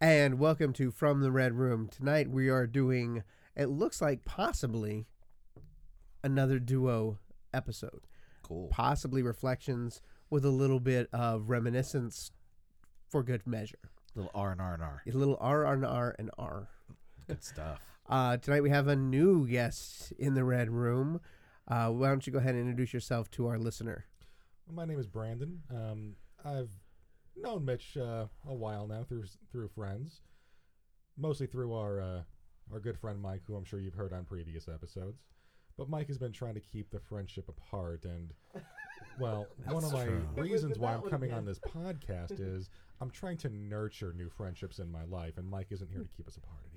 And welcome to From the Red Room. Tonight we are doing, it looks like possibly another duo episode, Cool. possibly reflections with a little bit of reminiscence for good measure. Little R and R and R. A little R on R and R. Good stuff. Uh, tonight we have a new guest in the Red Room. Uh, why don't you go ahead and introduce yourself to our listener? My name is Brandon. Um, I've known Mitch uh, a while now through s- through friends, mostly through our uh, our good friend Mike, who I'm sure you've heard on previous episodes. But Mike has been trying to keep the friendship apart, and well, one That's of my true. It reasons why that I'm one coming again. on this podcast is I'm trying to nurture new friendships in my life, and Mike isn't here to keep us apart anymore.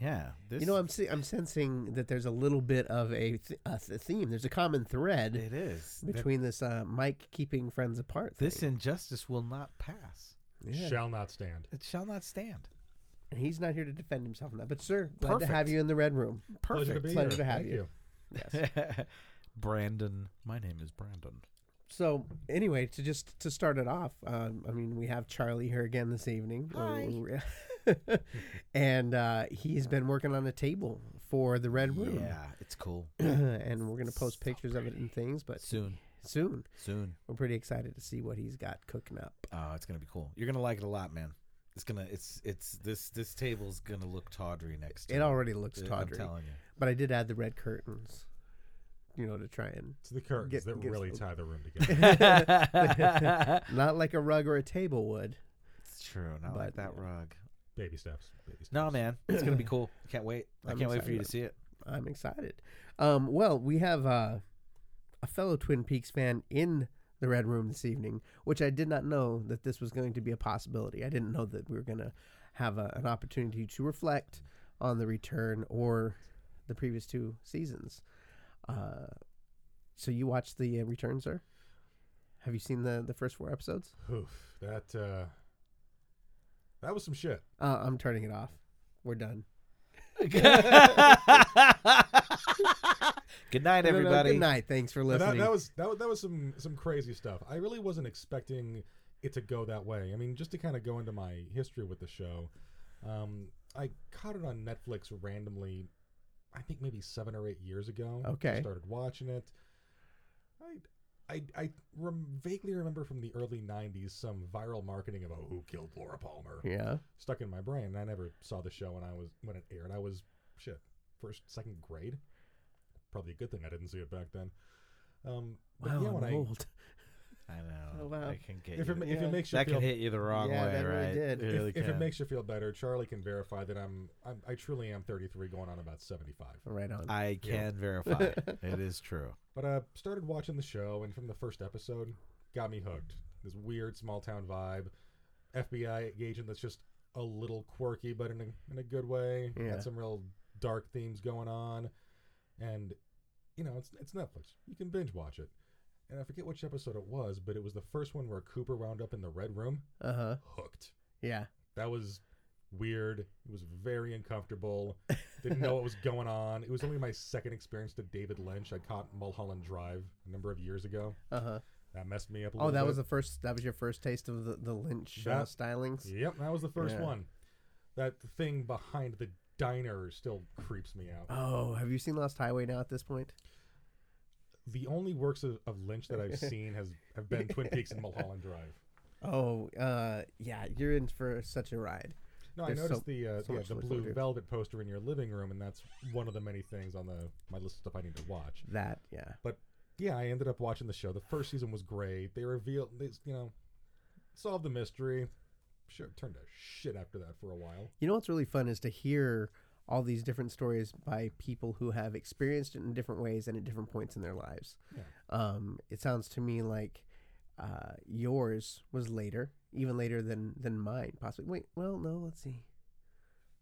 Yeah. This You know, I'm se- I'm sensing that there's a little bit of a, th- a th- theme. There's a common thread it is. That- between this uh, Mike keeping friends apart. this thing. injustice will not pass. yeah. Shall not stand. It shall not stand. and he's not here to defend himself on that. But sir, glad to have Perfect. you in the red room. Pleasure to Perfect. be Pleasure here. to have Thank you. Brandon. My name is Brandon. So anyway, to just to start it off, um, I mean, we have Charlie here again this evening, Hi. and uh, he's been working on a table for the red room. Yeah, it's cool. and we're gonna post pictures of it and things, but Soon. soon Soon. we're pretty excited to see what he's got cooking up. Oh, it's gonna be cool. You're gonna like it a lot, man. It's gonna it's it's this this table's gonna look tawdry next to It already looks I'm tawdry, telling you. but I did add the red curtains, you know, to try and It's the curtains Get- that get- really tie the room together. it's not like a rug or a table would. true. Not But- like that rug. baby steps. Baby steps. No, man. It's gonna be cool. I can't wait. I I'm can't wait for you to excited. see it. I'm excited. Um, well, we have uh, a fellow Twin Peaks fan in the Red Room this evening, which I did not know that this was going to be a possibility. I didn't know that we were going to have a, an opportunity to reflect on the return or the previous two seasons. Uh, so you watched the uh, return, sir? Have you seen the, the first four episodes? Oof, that uh, that was some shit. Uh, I'm turning it off. We're done. good night, No, no, no, everybody. good night. Thanks for Now, listening. That, that was that was that was some some crazy stuff. I really wasn't expecting it to go that way. I mean, just to kind of go into my history with the show, um, I caught it on Netflix randomly. I think maybe seven or eight years ago. Okay. started watching it. I I, I rem- vaguely remember from the early '90s some viral marketing about who killed Laura Palmer. yeah. stuck in my brain. and I never saw the show when I was when it aired. I was shit first second grade. Probably a good thing I didn't see it back then. Um, but Wow, yeah, when I'm I, old. I know. Oh, wow. That can get if you. it, ma- if Yeah. it makes you that feel can hit you the wrong Yeah, way, that really right? did. It if, really if it can. makes you feel better, Charlie can verify that I'm, I'm I truly am 33, going on about 75. Right on. I Yeah. can verify. it is true. But uh, started watching the show, and from the first episode, got me hooked. This weird small town vibe, FBI agent that's just a little quirky, but in a in a good way. Yeah. Got some real dark themes going on, and you know it's it's Netflix. You can binge watch it. And I forget which episode it was, but it was the first one where Cooper wound up in the red room, Uh huh. hooked. Yeah. That was weird. It was very uncomfortable. Didn't know what was going on. It was only my second experience to David Lynch. I caught Mulholland Drive a number of years ago. Uh huh. That messed me up a Oh, little that bit. was the first. That was your first taste of the the Lynch uh, That- stylings. Yep, that was the first Yeah. one. That thing behind the diner still creeps me out. Oh, have you seen Lost Highway now? At this point, The only works of, of Lynch that I've seen has have been Twin Peaks and Mulholland Drive. oh, uh, yeah, you're in for such a ride. No, There's I so- noticed the uh, so yeah, much the to look blue forward to. velvet poster in your living room, and that's one of the many things on the my list of stuff I need to watch. That, yeah, But yeah, I ended up watching the show. The first season was great. They revealed, they, you know, solved the mystery. Sure, it turned to shit after that for a while. you know what's really fun is to hear all these different stories by people who have experienced it in different ways and at different points in their lives. Yeah. Um, it sounds to me like uh, yours was later, even later than than mine, possibly. Wait, well, no, let's see.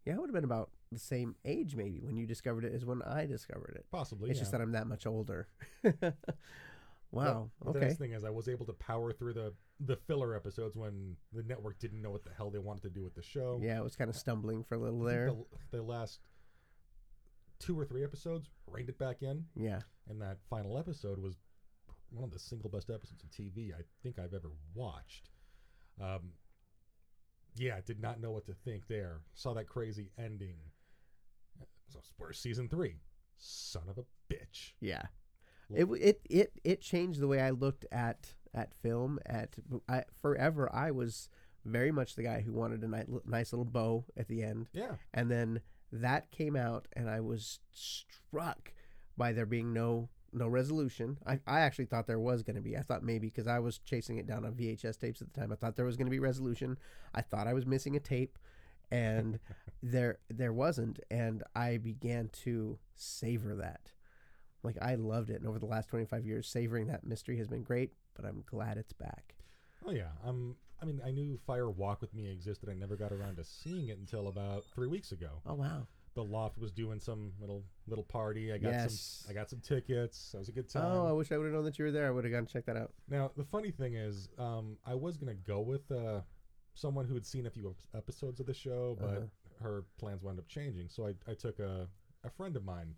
Yeah, I would have been about the same age maybe when you discovered it as when I discovered it. Possibly. It's yeah. just that I'm that much older. wow. But- but The okay. nice thing is, I was able to power through the the filler episodes when the network didn't know what the hell they wanted to do with the show. Yeah, I was kind of stumbling for a little I there. think The, the last two or three episodes reined it back in, Yeah. and that final episode was one of the single best episodes of TV I think I've ever watched. Um, yeah, did not know what to think there. Saw that crazy ending. So where's season three? Son of a bitch. Yeah. Well- It, w- it it it changed the way I looked at at film at I, forever I was very much the guy who wanted a ni- nice little bow at the end Yeah. and then that came out and I was struck by there being no no resolution. I, I actually thought there was going to be. I thought maybe because I was chasing it down on VHS tapes at the time. I thought there was going to be resolution. I thought I was missing a tape and there there wasn't and I began to savor that. Like I loved it and over the last 25 years savoring that mystery has been great, but I'm glad it's back. Oh yeah. Um. I mean, I knew Fire Walk with Me existed. I never got around to seeing it until about three weeks ago. Oh wow. The Loft was doing some little little party. I got Yes. some. I got some tickets. That was a good time. Oh, I wish I would have known that you were there. I would have gone check that out. Now, the funny thing is, um, I was gonna go with uh, someone who had seen a few ep- episodes of the show, but Uh-huh. her plans wound up changing. So I, I took a, a friend of mine.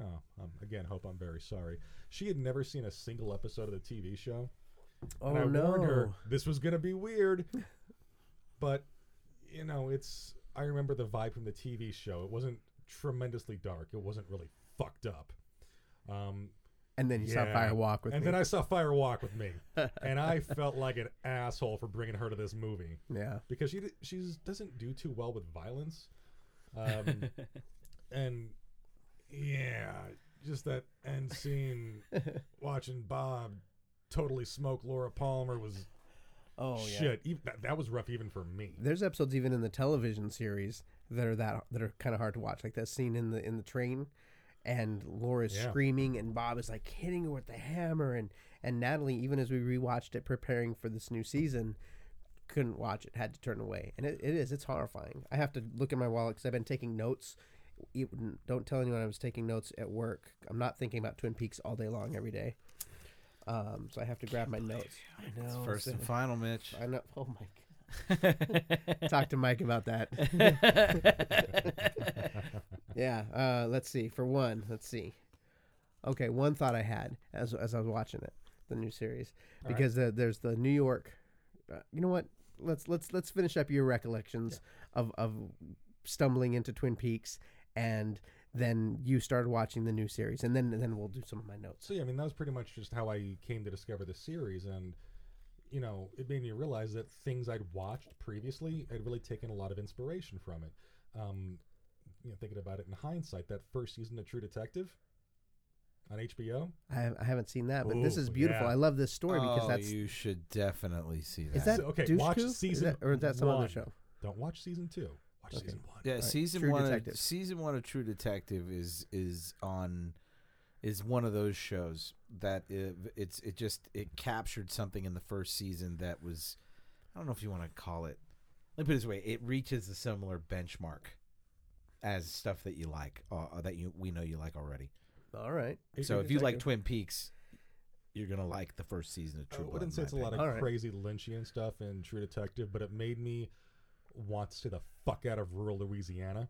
Oh, um, again, hope I'm very sorry. She had never seen a single episode of the TV show, Oh and I no. warned her this was gonna be weird. but you know, it's I remember the vibe from the TV show. It wasn't tremendously dark. It wasn't really fucked up. Um, And then you saw Yeah. Fire Walk with and me. then I saw Fire Walk with me, and I felt like an asshole for bringing her to this movie yeah. because she she doesn't do too well with violence, um, and yeah, just that end scene watching Bob totally smoke Laura Palmer was Oh shit. Even, that, that was rough even for me. There's episodes even in the television series that are that that are kind of hard to watch, like that scene in the in the train, and Laura's Yeah. screaming, and Bob is like hitting her with the hammer, and and Natalie, even as we rewatched it, preparing for this new season, couldn't watch it, had to turn away, and it, it is it's horrifying. I have to look in my wallet because I've been taking notes. It, don't tell anyone I was taking notes at work. I'm not thinking about Twin Peaks all day long every day. Um, so I have to grab my notes. I know. It's first so- and final, Mitch. I know. Oh my god. Talk to Mike about that. yeah. Uh, let's see. For one, let's see. Okay, one thought I had as as I was watching it, the new series, All right. because uh there's the New York. Uh, you know what? Let's let's let's finish up your recollections of of stumbling into Twin Peaks, and then you started watching the new series, and then and then we'll do some of my notes. So yeah, I mean that was pretty much just how I came to discover the series, and you know it made me realize that things I'd watched previously had really taken a lot of inspiration from it. Um, you know, thinking about it in hindsight, that first season of True Detective on HBO. I, have- I haven't seen that, but this Ooh, is beautiful. yeah. I love this story because oh, that's you should definitely see that. is that So, okay, Douche watch Coup? Is season that- or is that some other one. show? Don't watch season two. Watch Okay. season one. yeah? right, season True one. Detective. Of, season one of True Detective is is on is one of those shows that it, it's it just it captured something in the first season that was I don't know if you want to call it. Let me put it this way: it reaches a similar benchmark as stuff that you like uh, that you we know you like already. All right. It- So it- if you like Detective. Twin Peaks, you're gonna like the first season of I True Blood. wouldn't say in my it's a lot of opinion. All right. crazy Lynchian stuff in True Detective, but it made me want to see the fuck out of rural Louisiana.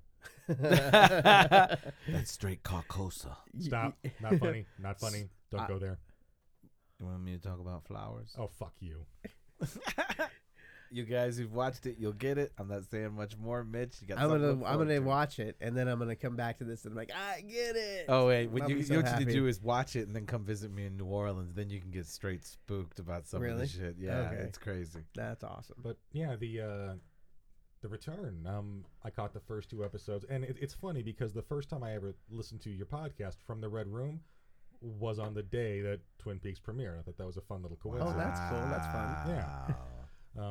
opinion. That's straight Carcosa. Stop. Not funny. Not funny. Don't I- go there. You want me to talk about flowers? Oh fuck you. You guys who've watched it, you'll get it. I'm not saying much more, Mitch. You got I'm something gonna to look I'm forward gonna to. watch it and then I'm gonna come back to this and I'm like I get it. Oh wait, I'll what you, be you so know what you happy. need to do is watch it and then come visit me in New Orleans. Then you can get straight spooked about some of Really? the shit. Yeah, Okay. it's crazy. that's awesome. But yeah, the uh, the return. Um, I caught the first two episodes, and it, it's funny because the first time I ever listened to your podcast from the Red Room was on the day that Twin Peaks premiered. I thought that was a fun little Oh, coincidence. that's cool. That's fun. Yeah. Wow,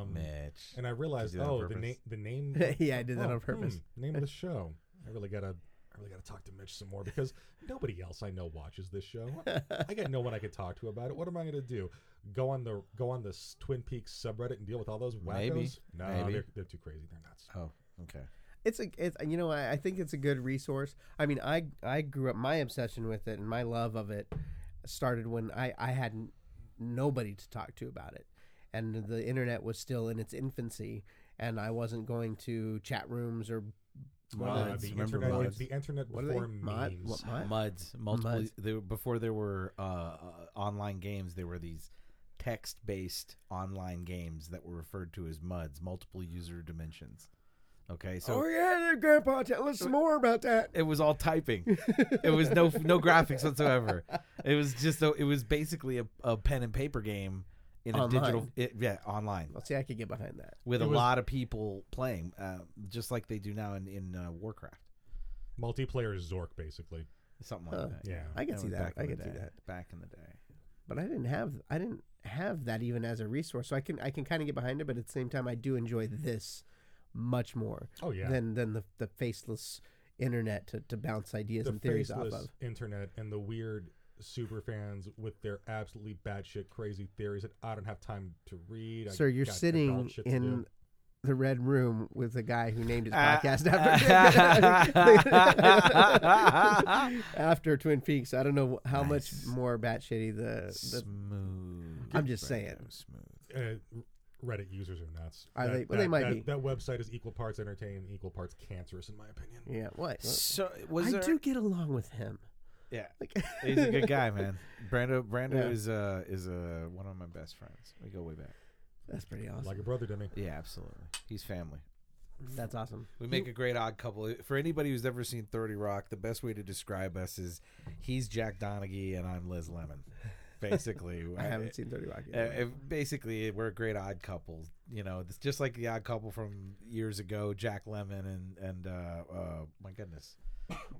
um, Mitch. and I realized, Oh, Did you do that on oh, the name, purpose? the name. yeah, I did that oh, on purpose. hmm, name of the show. I really gotta. I really got to talk to Mitch some more because nobody else I know watches this show. I got no one I could talk to about it. What am I going to do? Go on the go on this Twin Peaks subreddit and deal with all those wackos? Maybe. No, Maybe. They're, they're too crazy. They're nuts. Oh, okay. It's a it's you know I, I think it's a good resource. I mean I I grew up my obsession with it and my love of it started when I I had n- nobody to talk to about it, and the internet was still in its infancy and I wasn't going to chat rooms or Uh, Muds. the, Remember internet, Muds? the internet what are they before mod, memes. what, mod? Muds, multiple. Muds. They were, before there were uh, uh, online games, there were these text-based online games that were referred to as MUDs, multiple user dimensions. Okay, so oh yeah, Grandpa, tell us some more about that. it was all typing. it was no no graphics whatsoever. It was just a, it was basically a, a pen and paper game in a digital Online. it, yeah online Well, see, I could get behind that. with It a was- lot of people playing, uh, just like they do now in in uh, Warcraft, Multiplayer Zork, basically. something Huh. like that. Yeah. I could was see that. back I in the could see day. that. back in the day. But I didn't have I didn't have that even as a resource, so I can I can kind of get behind it. But at the same time, I do enjoy this much more Oh yeah. than than the the faceless internet to, to bounce ideas the and theories off faceless of. internet and the weird super fans with their absolutely batshit crazy theories that I don't have time to read. I Sir, you're got adult sitting shit to in do. the red room with a guy who named his Uh, podcast after after Twin Peaks. I don't know how Nice. much more batshitty the, the smooth. I'm just Brando, saying. Smooth. Uh, Reddit users are nuts. Are they- well, they might that, be. That website is equal parts entertaining, equal parts cancerous, in my opinion. yeah what So was I there? do get along with him. Yeah, Like he's a good guy, man. Brando Brando Yeah. is uh is uh one of my best friends. We go way back. that's pretty awesome. Like a brother to me. Yeah, absolutely. He's family. that's awesome. We make a great odd couple. For anybody who's ever seen Thirty Rock, the best way to describe us is he's Jack Donaghy and I'm Liz Lemon. Basically, I haven't seen Thirty Rock Uh, yet. uh, basically, we're a great odd couple. You know, it's just like the odd couple from years ago, Jack Lemon and and uh, uh my goodness,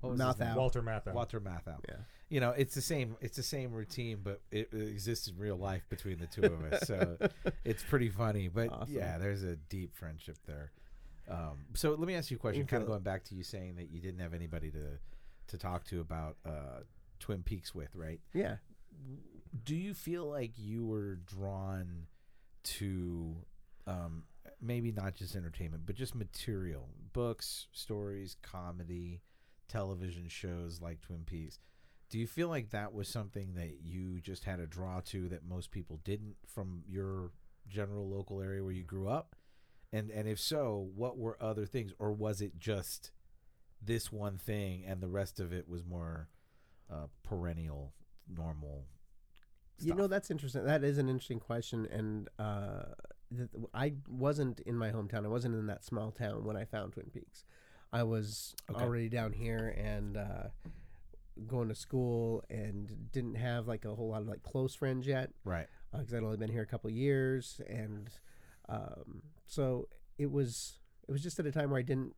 what his Mathau. name? Walter Matthau. Walter Matthau. Yeah. You know, it's the same. It's the same routine, but it, it exists in real life between the two of us. So it's pretty funny. But Awesome. yeah, there's a deep friendship there. Um, so let me ask you a question. You Kind of feel- going back to you saying that you didn't have anybody to to talk to about uh, Twin Peaks with, right? yeah. do you feel like you were drawn to um, maybe not just entertainment but just material books stories comedy television shows like twin peaks do you feel like that was something that you just had a draw to that most people didn't from your general local area where you grew up and and if so what were other things or was it just this one thing and the rest of it was more uh, perennial normal You know, stuff. that's interesting. That is an interesting question. And uh, th- I wasn't in my hometown. I wasn't in that small town when I found Twin Peaks. I was Okay. already down here and uh, going to school and didn't have like a whole lot of like close friends yet right because uh, I'd only been here a couple of years, and um, so it was it was just at a time where I didn't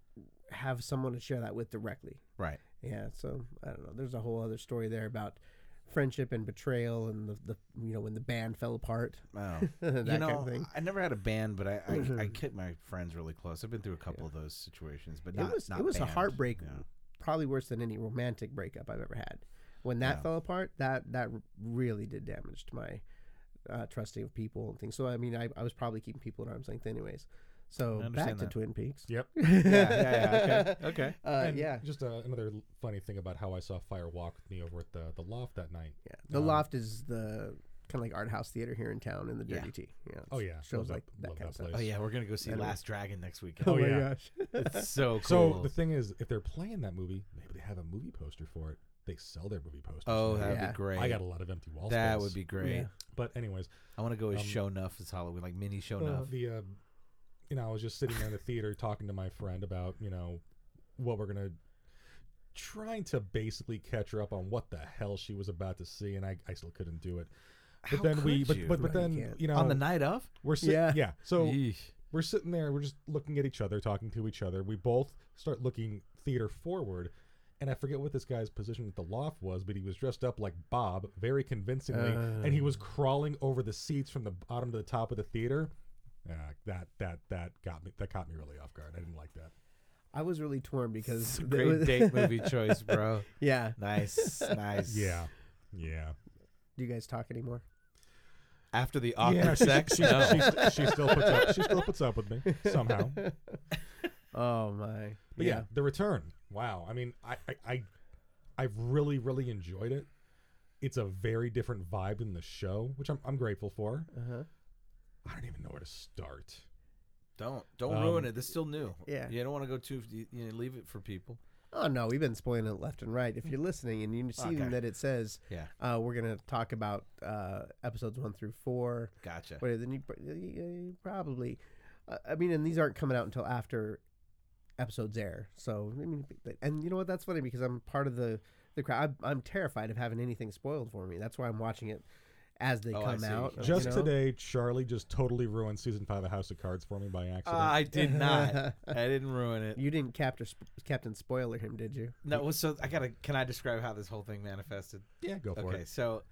have someone to share that with directly. right Yeah, so I don't know. There's a whole other story there about friendship and betrayal, and the, the you know when the band fell apart, wow that Um, you know kind of thing. i never had a band but i i, I kept my friends really close i've been through a couple of those situations but not it was not it was band. a heartbreak, Yeah. probably worse than any romantic breakup I've ever had. When that Yeah. fell apart, that that really did damage to my uh, trusting of people and things. So I mean, I, I was probably keeping people at arm's length, anyways. So back understand to that. Twin Peaks. Yep. yeah, yeah, yeah, okay, okay. Uh, And yeah, Just uh, another l- funny thing about how I saw Fire Walk with me over at the, the loft that night. yeah. The Um, Loft is the kind of like art house theater here in town in the Yeah. Dirty T. Yeah. Oh, yeah. Shows Love like that- that love kind of that stuff. Oh place. yeah, we're gonna go see Anyway. Last Dragon next week. Oh, my yeah. gosh. It's so So cool. the thing is, if they're playing that movie, maybe they have a movie poster for it. They sell their movie posters. oh, now. that'd Yeah. be great. I got a lot of empty wall that space. would be great. Yeah. But anyways, I want to go as Um, show enough as Halloween, like mini show uh, enough. the uh, you know, I was just sitting there in the theater talking to my friend about you know what we're gonna trying to basically catch her up on what the hell she was about to see, and I, I still couldn't do it. But How then we, could but you? but, but No, you then you, can't. know, on the night of, we're sitting, Yeah. yeah. So Yeesh. we're sitting there, we're just looking at each other, talking to each other. We both start looking theater forward. And I forget what this guy's position at the loft was, but he was dressed up like Bob very convincingly, and he was crawling over the seats from the bottom to the top of the theater. Uh, that that that got me that caught me really off guard. I didn't like that. I was really torn It's because a it great was- date movie choice, bro. yeah. Nice, nice. yeah. Do you guys talk anymore? After the awkward yeah, she- sex, She, no. she, she still puts up. She still puts up with me somehow. Oh my. But yeah. the return. Wow. I mean, I, I, I, I've really, really enjoyed it. It's a very different vibe than the show, which I'm, I'm grateful for. Yeah. Uh-huh. I don't even know where to start. Don't don't Um, ruin it. It's still new. yeah. you don't want to go too. You, you know, leave it for people. Oh no, we've been spoiling it left and right. If you're listening and you're seeing Okay. that it says Yeah. uh, we're gonna talk about uh, episodes one through four, Gotcha. whatever, then you, pr- you- you probably, uh, I mean, and these aren't coming out until after episodes air. So I mean, but- and you know what? That's funny because I'm part of the the crowd. I'm, I'm terrified of having anything spoiled for me. That's why I'm watching it as they Oh, I come see. out. Just Just you know? today, Charlie just totally ruined season five of House of Cards for me by Uh, accident. I did not. I didn't ruin it. You didn't capture sp- Captain Spoiler him, did you? No, well, so I gotta. Can I describe how this whole thing manifested? yeah, go for okay, it. so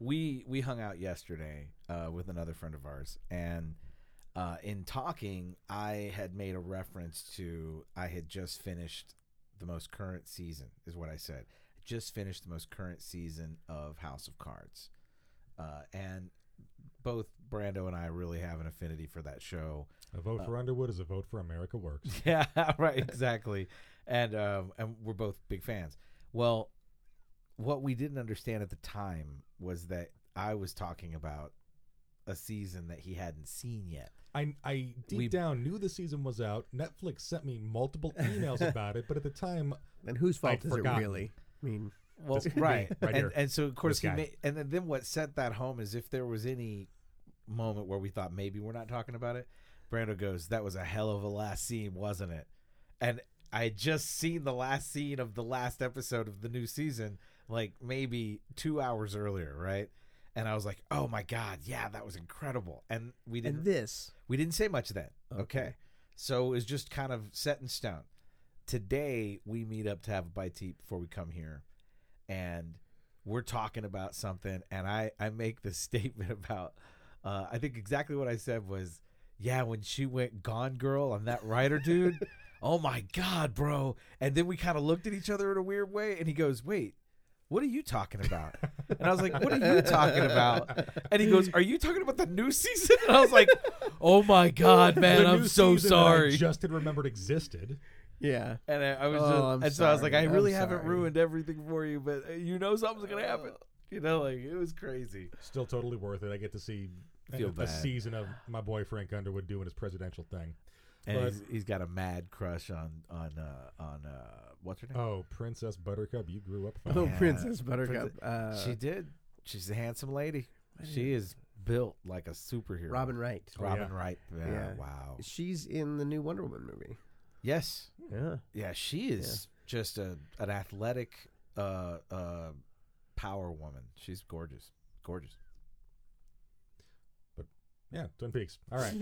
we we hung out yesterday uh, with another friend of ours, and uh, in talking, I had made a reference to I had just finished the most current season, is what I said. Just finished the most current season of House of Cards, uh, and both Brando and I really have an affinity for that show. A vote Uh, for Underwood is a vote for America Works. Yeah, right, exactly. And um, and we're both big fans. Well, what we didn't understand at the time was that I was talking about a season that he hadn't seen yet. I, I deep We- down knew the season was out. Netflix sent me multiple emails about it, but at the time, And whose fault I'd is forgotten. it really? I mean, Well, This- right, right and, here. and so of course This he guy. made, and then- then what set that home is if there was any moment where we thought maybe we're not talking about it. Brando goes, "That was a hell of a last scene, wasn't it?" And I had just seen the last scene of the last episode of the new season, like maybe two hours earlier, right? And I was like, "Oh my god, yeah, that was incredible!" And we didn't and this we didn't say much then. Okay. Okay. So it was just kind of set in stone. Today we meet up to have a bite to eat before we come here and we're talking about something and I I make this statement about uh I think exactly what I said was yeah, when she went gone girl on that writer dude. oh my god, bro. And then we kind of looked at each other in a weird way and he goes, "Wait, what are you talking about? And I was like, what are you talking about? And he goes, are you talking about the new season? And I was like, oh my God, man, the I'm new so season that I sorry. just had remembered existed. Yeah. and I, I was Oh, just, I'm and so I was like, I sorry. I'm really haven't sorry." ruined everything for you, but uh, you know something's going to happen. You know, like it was crazy. Still totally worth it. I get to see a- Feel a, bad. season of my boy Frank Underwood doing his presidential thing. And But- he's, he's got a mad crush on, on, uh, on, uh, what's her name? Oh, Princess Buttercup, you grew up. Oh, fine. Yeah. Princess Buttercup. uh, she did. She's a handsome lady. She is built like a superhero. Robin Wright. Robin yeah. Wright. Yeah, Yeah. Wow. She's in the new Wonder Woman movie. Yes. Yeah. Yeah, she is just a an athletic uh uh power woman. She's gorgeous. Gorgeous. Yeah, Twin Peaks. All right,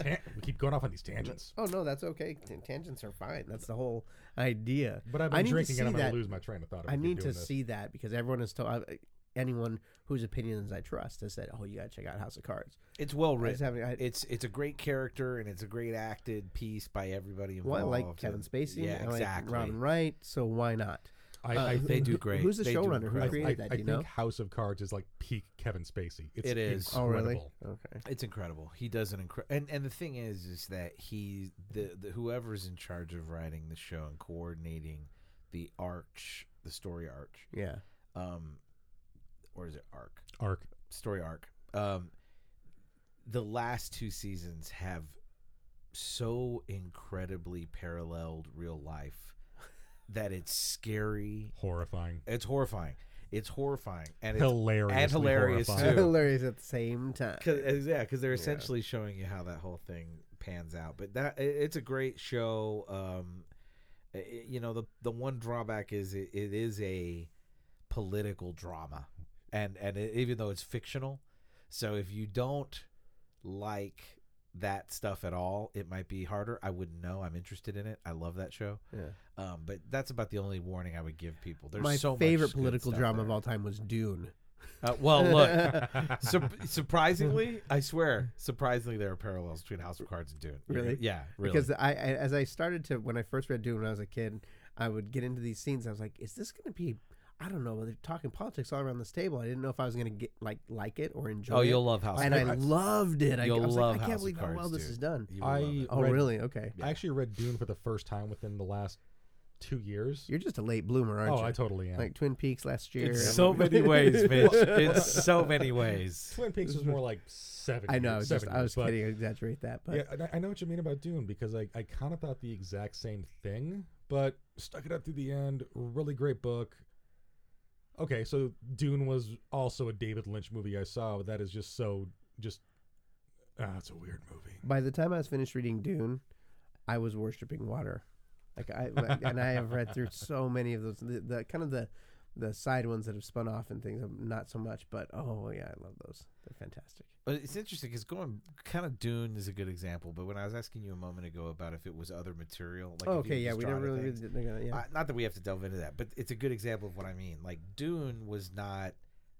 Tan- we keep going off on these tangents. oh no, that's okay. Tan- tangents are fine. That's the whole idea. But I've I been need to drinking see and I'm that. gonna lose my train of thought. if I we keep need to doing this. see that because everyone has told I- anyone whose opinions I trust has said, "Oh, you gotta check out House of Cards." It's well I just written. haven't. I, It's it's a great character and it's a great acted piece by everybody well, I involved. like Kevin and- Spacey. Yeah, I like exactly. Robin Wright. So why not? I, Uh, I who- They think- do great. Who's the They do showrunner who incredible. I, created I- that? I do you think know? House of Cards is like peak Kevin Spacey. It's It is. Oh, really? incredible. Okay. It's incredible. He does an incredible, and and the thing is, is that he the, the whoever's in charge of writing the show and coordinating the arch, the story arch, Yeah. um, or is it arc? Arc. story arc. Um, the last two seasons have so incredibly paralleled real life that it's scary. Horrifying. It's horrifying. It's horrifying, and it's Hilarious. and hilarious, horrifying. too. Hilarious at the same time. Cause, uh, yeah, because they're essentially showing you how that whole thing pans out. But that i- it's a great show. Um, i- i- you know the the one drawback is it, it is a political drama, and and it, even though it's fictional, so if you don't like that stuff at all, it might be harder. I wouldn't know. I'm interested in it. I love that show. Yeah. Um, but that's about the only warning I would give people. There's My so favorite much good political stuff drama there. of all time was Dune. Uh, well, look, sur- surprisingly, I swear, surprisingly, there are parallels between House of Cards and Dune. Really? Yeah, really. Because I, I, as I started to, when I first read Dune when I was a kid, I would get into these scenes. I was like, "Is this going to be?" I don't know. They're talking politics all around this table. I didn't know if I was going to get like like it or enjoy. oh, it. you'll love House And of I Cards. loved it. I, I You'll was like, love I House can't of believe how Cards, well this dude. is done. You will love I- it. Oh, Read- really? Okay. I actually read Dune for the first time within the last two years. You're just a late bloomer, aren't oh, you? I totally am. like Twin Peaks last year. I'm In so like- many ways, Mitch. In so many ways. Twin Peaks was more like seven. I know. I years- was seven just, I was years, but- kidding. I exaggerate that, but yeah, and I- I know what you mean about Dune because I, I kind of thought the exact same thing, but stuck it up through the end. Really great book. Okay, so Dune was also a David Lynch movie I saw, but that is just so just. Ah, it's a weird movie. By the time I was finished reading Dune, I was worshiping water. Like I like- and I have read through so many of those the, the kind of the the side ones that have spun off and things um, not so much, but oh yeah, I love those. They're fantastic. But it's interesting because going kind of Dune is a good example. But when I was asking you a moment ago about if it was other material, like if you okay, were yeah, just we drawn never to really things. did- they're gonna- yeah. Uh, not that we have to delve into that, but it's a good example of what I mean. Like Dune was not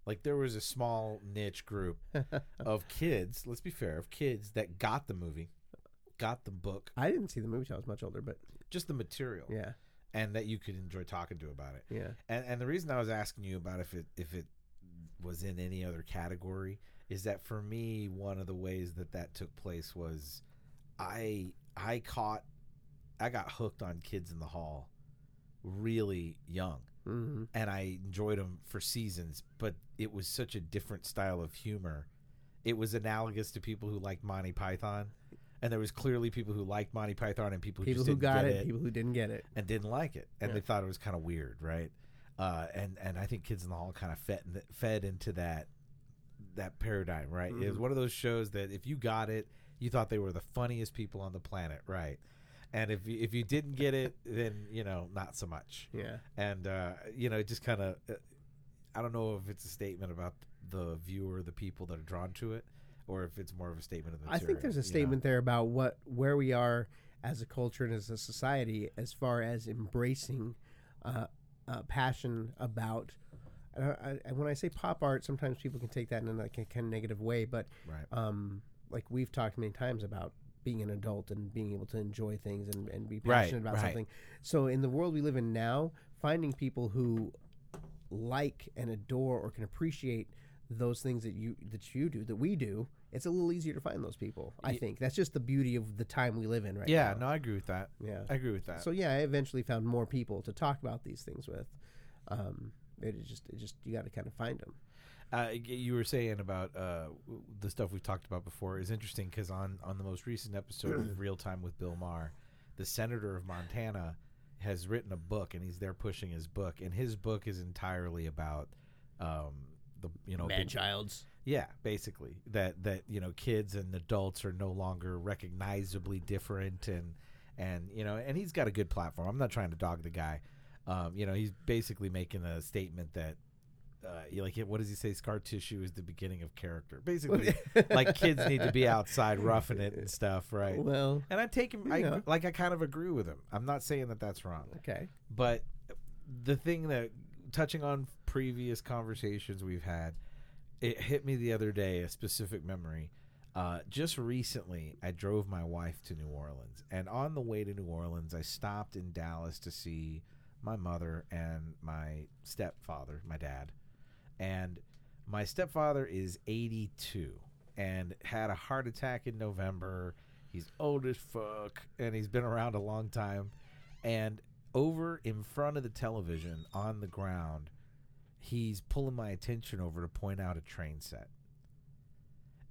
like there was a small niche group of kids. Let's be fair, of kids that got the movie, got the book, I didn't see the movie till I was much older, but just the material, yeah, and that you could enjoy talking to about it. yeah. And and the reason I was asking you about if it if it was in any other category is that for me one of the ways that that took place was I I caught I got hooked on Kids in the Hall really young hmm and I enjoyed them for seasons, but it was such a different style of humor. It was analogous to people who liked Monty Python, and there was clearly people who liked Monty Python and people who People just who didn't got get it, people who didn't get it. and didn't like it, and Yeah. they thought it was kind of weird, right? Uh, and and I think Kids in the Hall kind of fed fed into that that paradigm, right? It was Mhm. one of those shows that if you got it, you thought they were the funniest people on the planet, right? And if you, if you didn't get it, then you know not so much Yeah, and uh, you know, it just kind of. I don't know if it's a statement about the viewer, the people that are drawn to it, or if it's more of a statement of the. I Material, think there's you a know? statement there about what where we are as a culture and as a society as far as embracing uh, uh, passion about. And I, I, when I say pop art, sometimes people can take that in like a kind of negative way, but right? um, like we've talked many times about being an adult and being able to enjoy things and, and be Right, passionate about right. something. So in the world we live in now, finding people who like and adore or can appreciate those things that you that you do that we do, it's a little easier to find those people. I Ye- think that's just the beauty of the time we live in right Yeah, now. no, I agree with that. yeah. I agree with that. So yeah, I eventually found more people to talk about these things with. Um, it is just it just you got to kind of find them. uh, y- you were saying about uh, w- the stuff we've talked about before is interesting because on on the most recent episode of Real Time with Bill Maher, the senator of Montana has written a book and he's there pushing his book, and his book is entirely about um, the you know big- childs. Yeah, basically that that you know kids and adults are no longer recognizably different, and and you know, and he's got a good platform. I'm not trying to dog the guy. Um, you know, he's basically making a statement that. Uh, you like what does he say? Scar tissue is the beginning of character. Basically, like kids need to be outside roughing it and stuff, right? Well, And I take him, I, Yeah. like I kind of agree with him. I'm not saying that that's wrong okay. but the thing that touching on previous conversations we've had it hit me the other day a specific memory uh, just recently i drove my wife to new orleans and on the way to new orleans i stopped in dallas to see my mother and my stepfather my dad and my stepfather is 82 and had a heart attack in november he's old as fuck and he's been around a long time and over in front of the television on the ground, he's pulling my attention over to point out a train set.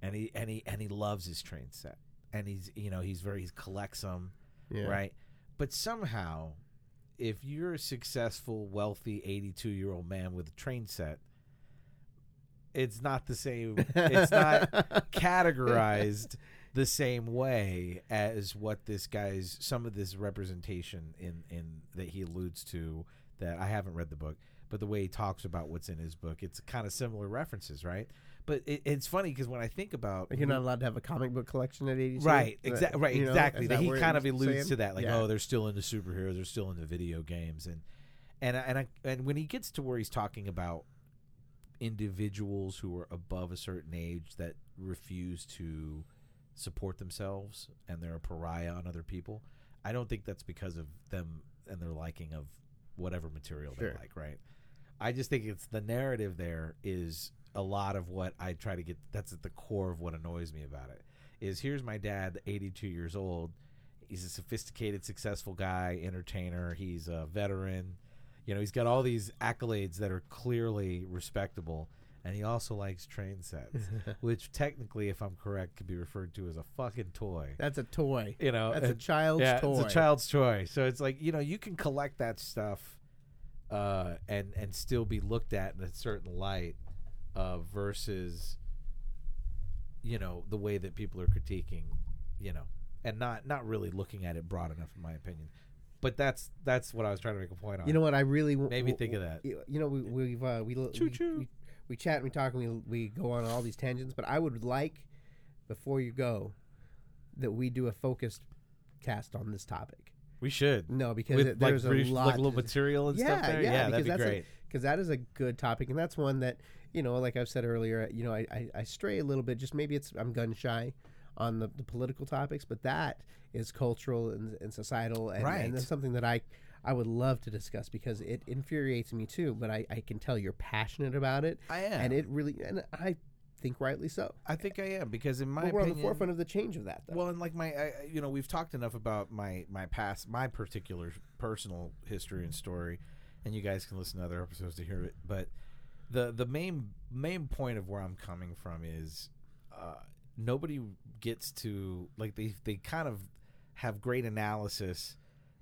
And he and he and he loves his train set. And he's you know, he's very he collects them, Yeah. right? But somehow if you're a successful, wealthy 82 year old man with a train set, it's not the same. It's not categorized the same way as what this guy's some of this representation in in that he alludes to that I haven't read the book, but the way he talks about what's in his book, it's kind of similar references, right? But it, it's funny because when I think about Like you're not allowed to have a comic book collection at 82. right, Is that- exactly, right, you know, exactly, is that, he what kind you're of alludes saying? to that, like Yeah. oh, they're still into superheroes, they're still into video games, and and I- and I, and when he gets to where he's talking about individuals who are above a certain age that refuse to support themselves and they're a pariah on other people. I don't think that's because of them and their liking of whatever material Sure. they like, right? I just think it's the narrative there is a lot of what I try to get that's at the core of what annoys me about it. Is here's my dad, 82 years old. He's a sophisticated, successful guy, entertainer, he's a veteran. You know, he's got all these accolades that are clearly respectable and he also likes train sets, which technically, if I'm correct, could be referred to as a fucking toy. That's a toy. You know, That's a and- child's Oh, yeah, toy. it's a child's toy. So it's like you know you can collect that stuff, uh, and and still be looked at in a certain light, uh, versus, you know, the way that people are critiquing, you know, and not not really looking at it broad enough, in my opinion. But that's that's what I was trying to make a point on. You know what? I really w- Made me w- think of that. You you know, we we've, uh, we, l- we, Choo-choo. we we chat and we talk and we we go on all these tangents. But I would like before you go that we do a focused cast on this topic. we should No, because with it- like, there's brief- a like lot. little to- material and yeah, stuff there. yeah, Yeah, that'd because be that's a- great. because that is a good topic and that's one that you know like i've said earlier you know i, I, I stray a little bit just maybe it's i'm gun shy on the, the political topics but that is cultural and, and societal and, Right. and that's something that i i would love to discuss because it infuriates me too but i, I can tell you're passionate about it I am. and it really and i think rightly so I think I am because in my but we're opinion, on the forefront of the change of that though Well, and like my, I, I- you know, we've talked enough about my my past, my particular personal history and story, and you guys can listen to other episodes to hear it. But the the main main point of where I'm coming from is uh, nobody gets to like they they kind of have great analysis,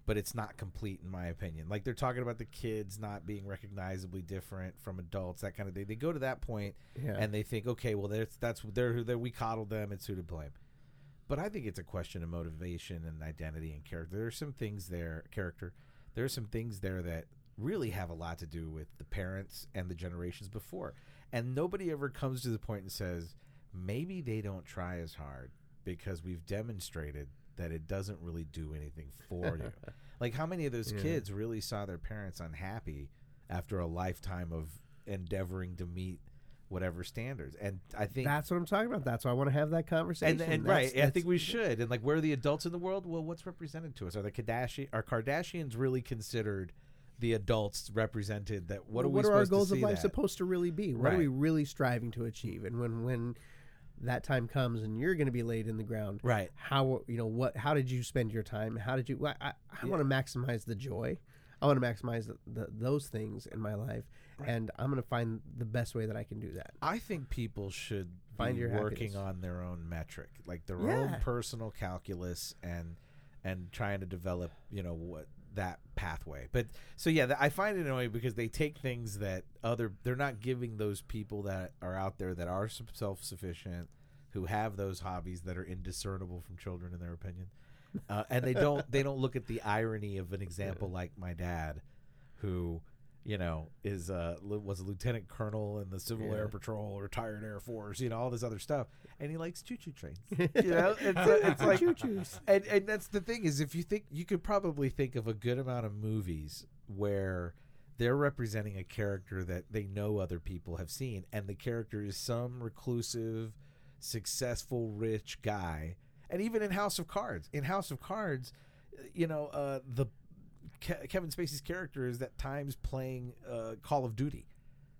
but it's not complete in my opinion. Like they're talking about the kids not being recognizably different from adults, that kind of thing. They go to that point yeah and they think, okay, well, that's that's they're, they we coddled them. It's who to blame. But I think it's a question of motivation and identity and character. There are some things there, character. There are some things there that really have a lot to do with the parents and the generations before. And nobody ever comes to the point and says, maybe they don't try as hard because we've demonstrated that it doesn't really do anything for you. like how many of those Yeah. kids really saw their parents unhappy after a lifetime of endeavoring to meet whatever standards? And I think that's what i'm talking about that's why i want to have that conversation and, and That's- right, I that's- think we should. And like, where are the adults in the world? Well, what's represented to us? Are the Kardashian, are Kardashians really considered the adults represented? That what are we? our supposed to goals of see life that? supposed to really be? What are Right. we really striving to achieve? And when when that time comes and you're going to be laid in the ground, Right. how you know what? How did you spend your time? How did you? well, I, I Yeah. want to maximize the joy. I want to maximize the, the, those things in my life, and I'm going to find the best way that I can do that. I think people should Find be your working happiness. on their own metric, like their Yeah. own personal calculus, and and trying to develop, you know, what that pathway. But so yeah, th- I find it annoying because they take things that other they're not giving those people that are out there that are self sufficient, who have those hobbies that are indiscernible from children in their opinion, uh, and they don't they don't look at the irony of an example like my dad, who you know, is uh, li- was a lieutenant colonel in the Civil Air Yeah. Patrol, retired Air Force, you know, all this other stuff, and he likes choo-choo trains. You know, it's, uh, it's like, and and that's the thing is, if you think you could probably think of a good amount of movies where they're representing a character that they know other people have seen, and the character is some reclusive, successful, rich guy, and even in House of Cards, in House of Cards, you know, uh, the Ke- Kevin Spacey's character is at times playing uh, Call of Duty,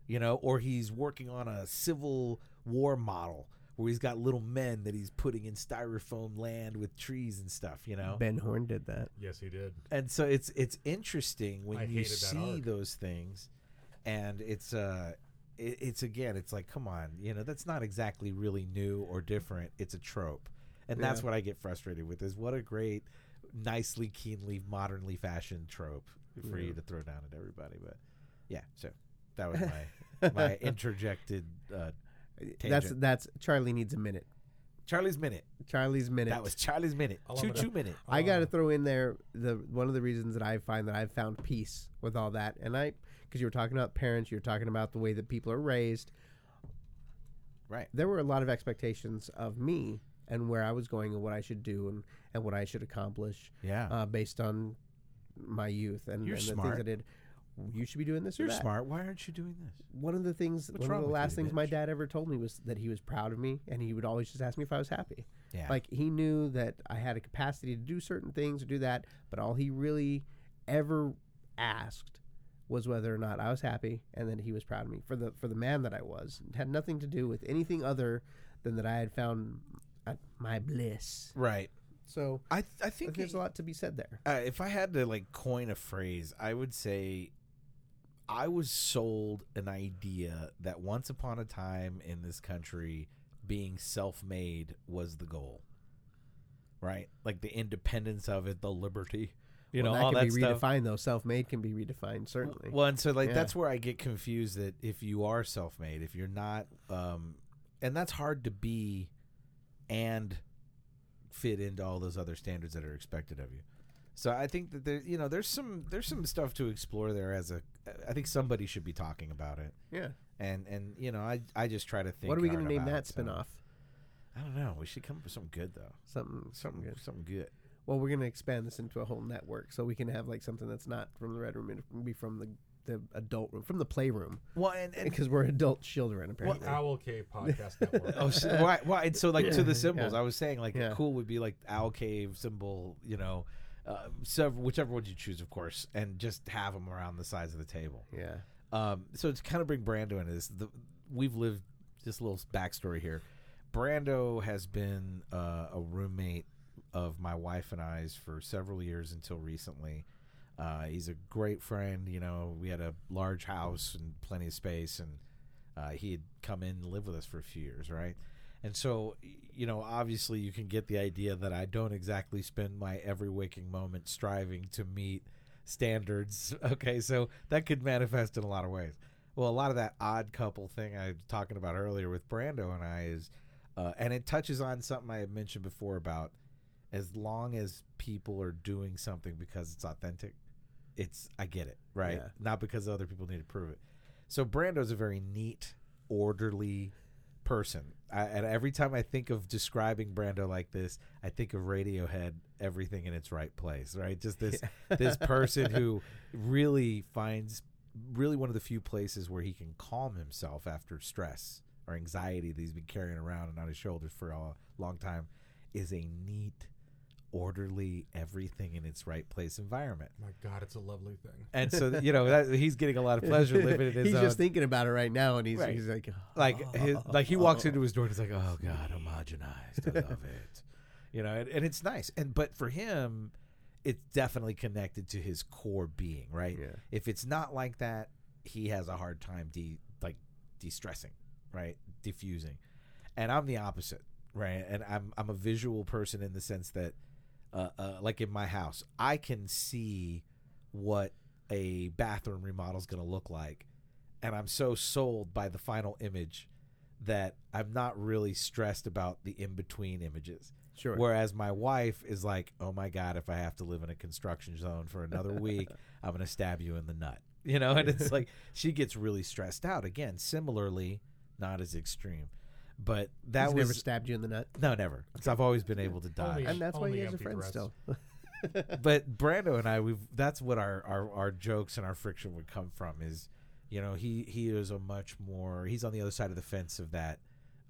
you know, or he's working on a civil war model where he's got little men that he's putting in styrofoam land with trees and stuff, you know. Ben Horn did that. Yes, he did. And so it's it's interesting when I you hated that see arc. those things, and it's uh, it, it's again, it's like, come on, you know, that's not exactly really new or different. It's a trope, and that's Yeah. what I get frustrated with. Is what a great, nicely, keenly, modernly fashioned trope for you Yeah. to throw down at everybody. But yeah, so that was my my interjected uh, That's Tangent. that's Charlie needs a minute. Charlie's minute. Charlie's minute. That was Charlie's minute. I'll Choo have it choo up. minute. I got to Uh, throw in there the one of the reasons that I find that I've found peace with all that, and I because you were talking about parents, you were talking about the way that people are raised. Right. There were a lot of expectations of me and where I was going and what I should do and and what I should accomplish Yeah, uh, based on my youth and, You're and the smart. things I did. You should be doing this or you're that. smart. Why aren't you doing this? One of the things, What's one wrong of the with last you, things my bitch? dad ever told me was that he was proud of me, and he would always just ask me if I was happy. Yeah. Like he knew that I had a capacity to do certain things or do that, but all he really ever asked was whether or not I was happy and that he was proud of me for the for the man that I was. It had nothing to do with anything other than that I had found uh, my bliss. right. So I I I think uh, think there's it- a lot to be said there. uh, if I had to like coin a phrase, I would say I was sold an idea that once upon a time in this country, being self made was the goal. Right? Like the independence of it, the liberty. You Well, know, that all can that be stuff. redefined though. Self-made can be redefined certainly. Well, and so like Yeah. that's where I get confused that if you are self-made, if you're not, um, and that's hard to be, and fit into all those other standards that are expected of you. So I think that there, you know, there's some there's some stuff to explore there. As a, I think somebody should be talking about it, yeah. and and you know, I I just try to think. What are we going going to to name that spin spinoff? I don't know. We should come up with something good though. Something, something Something good. something good. Well, we're going to expand this into a whole network, so we can have like something that's not from the red room, it can be from the the adult room, from the playroom, Well, and, and because we're adult children apparently. Owl Cave Podcast Network. Oh, so, why, why? And so, like, to the symbols, Yeah. I was saying, like, Yeah. cool would be like owl cave symbol, you know, uh, several, whichever one you choose, of course, and just have them around the sides of the table. Yeah. Um, so to kind of bring Brando into this, the, we've lived just a little backstory here. Brando has been uh, a roommate of my wife and I's for several years until recently. Uh, he's a great friend. You know, we had a large house and plenty of space, and uh, he had come in and lived with us for a few years, right? And so, y- you know, obviously, you can get the idea that I don't exactly spend my every waking moment striving to meet standards. Okay, so that could manifest in a lot of ways. Well, a lot of that odd couple thing I was talking about earlier with Brando and I is, uh, and it touches on something I had mentioned before about as long as people are doing something because it's authentic, it's I get it right, Yeah. not because other people need to prove it. So Brando's a very neat, orderly person. I, and every time I think of describing Brando like this, I think of Radiohead, everything in its right place, right? Just this this person who really finds really one of the few places where he can calm himself after stress or anxiety that he's been carrying around and on his shoulders for a long time is a neat, orderly, everything in its right place environment. My God, it's a lovely thing. And so, you know, that, he's getting a lot of pleasure living in his he's own just thinking about it right now, and he's Right. he's like, "Oh." like his, like he walks into his door and he's like, "Oh God, homogenized, I love it," you know, and, and it's nice. And but for him, it's definitely connected to his core being, right? Yeah. If it's not like that, he has a hard time de like de-stressing, right? Diffusing, and I'm the opposite, right? And I'm I'm a visual person in the sense that, uh, uh like in my house, I can see what a bathroom remodel is going to look like and I'm so sold by the final image that I'm not really stressed about the in between images. sure. Whereas my wife is like, "Oh my god, if I have to live in a construction zone for another week, I'm going to stab you in the nut." You know, and it's like she gets really stressed out again, similarly, not as extreme. But that he's was never stabbed you in the nut, no, never. 'Cause I've always been able to die. Only- and that's why only he has a empty friend threats. still. but Brando and I, we've that's what our, our our jokes and our friction would come from is, you know, he he is a much more he's on the other side of the fence of that.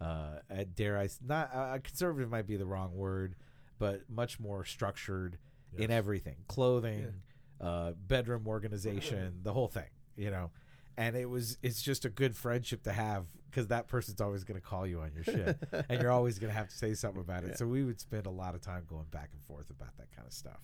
Uh, uh, dare I s- not uh, conservative might be the wrong word, but much more structured in Yes. everything, clothing, uh, bedroom organization, the whole thing, you know. And it was it's just a good friendship to have because that person's always going to call you on your shit, and you're always going to have to say something about it. So we would spend a lot of time going back and forth about that kind of stuff.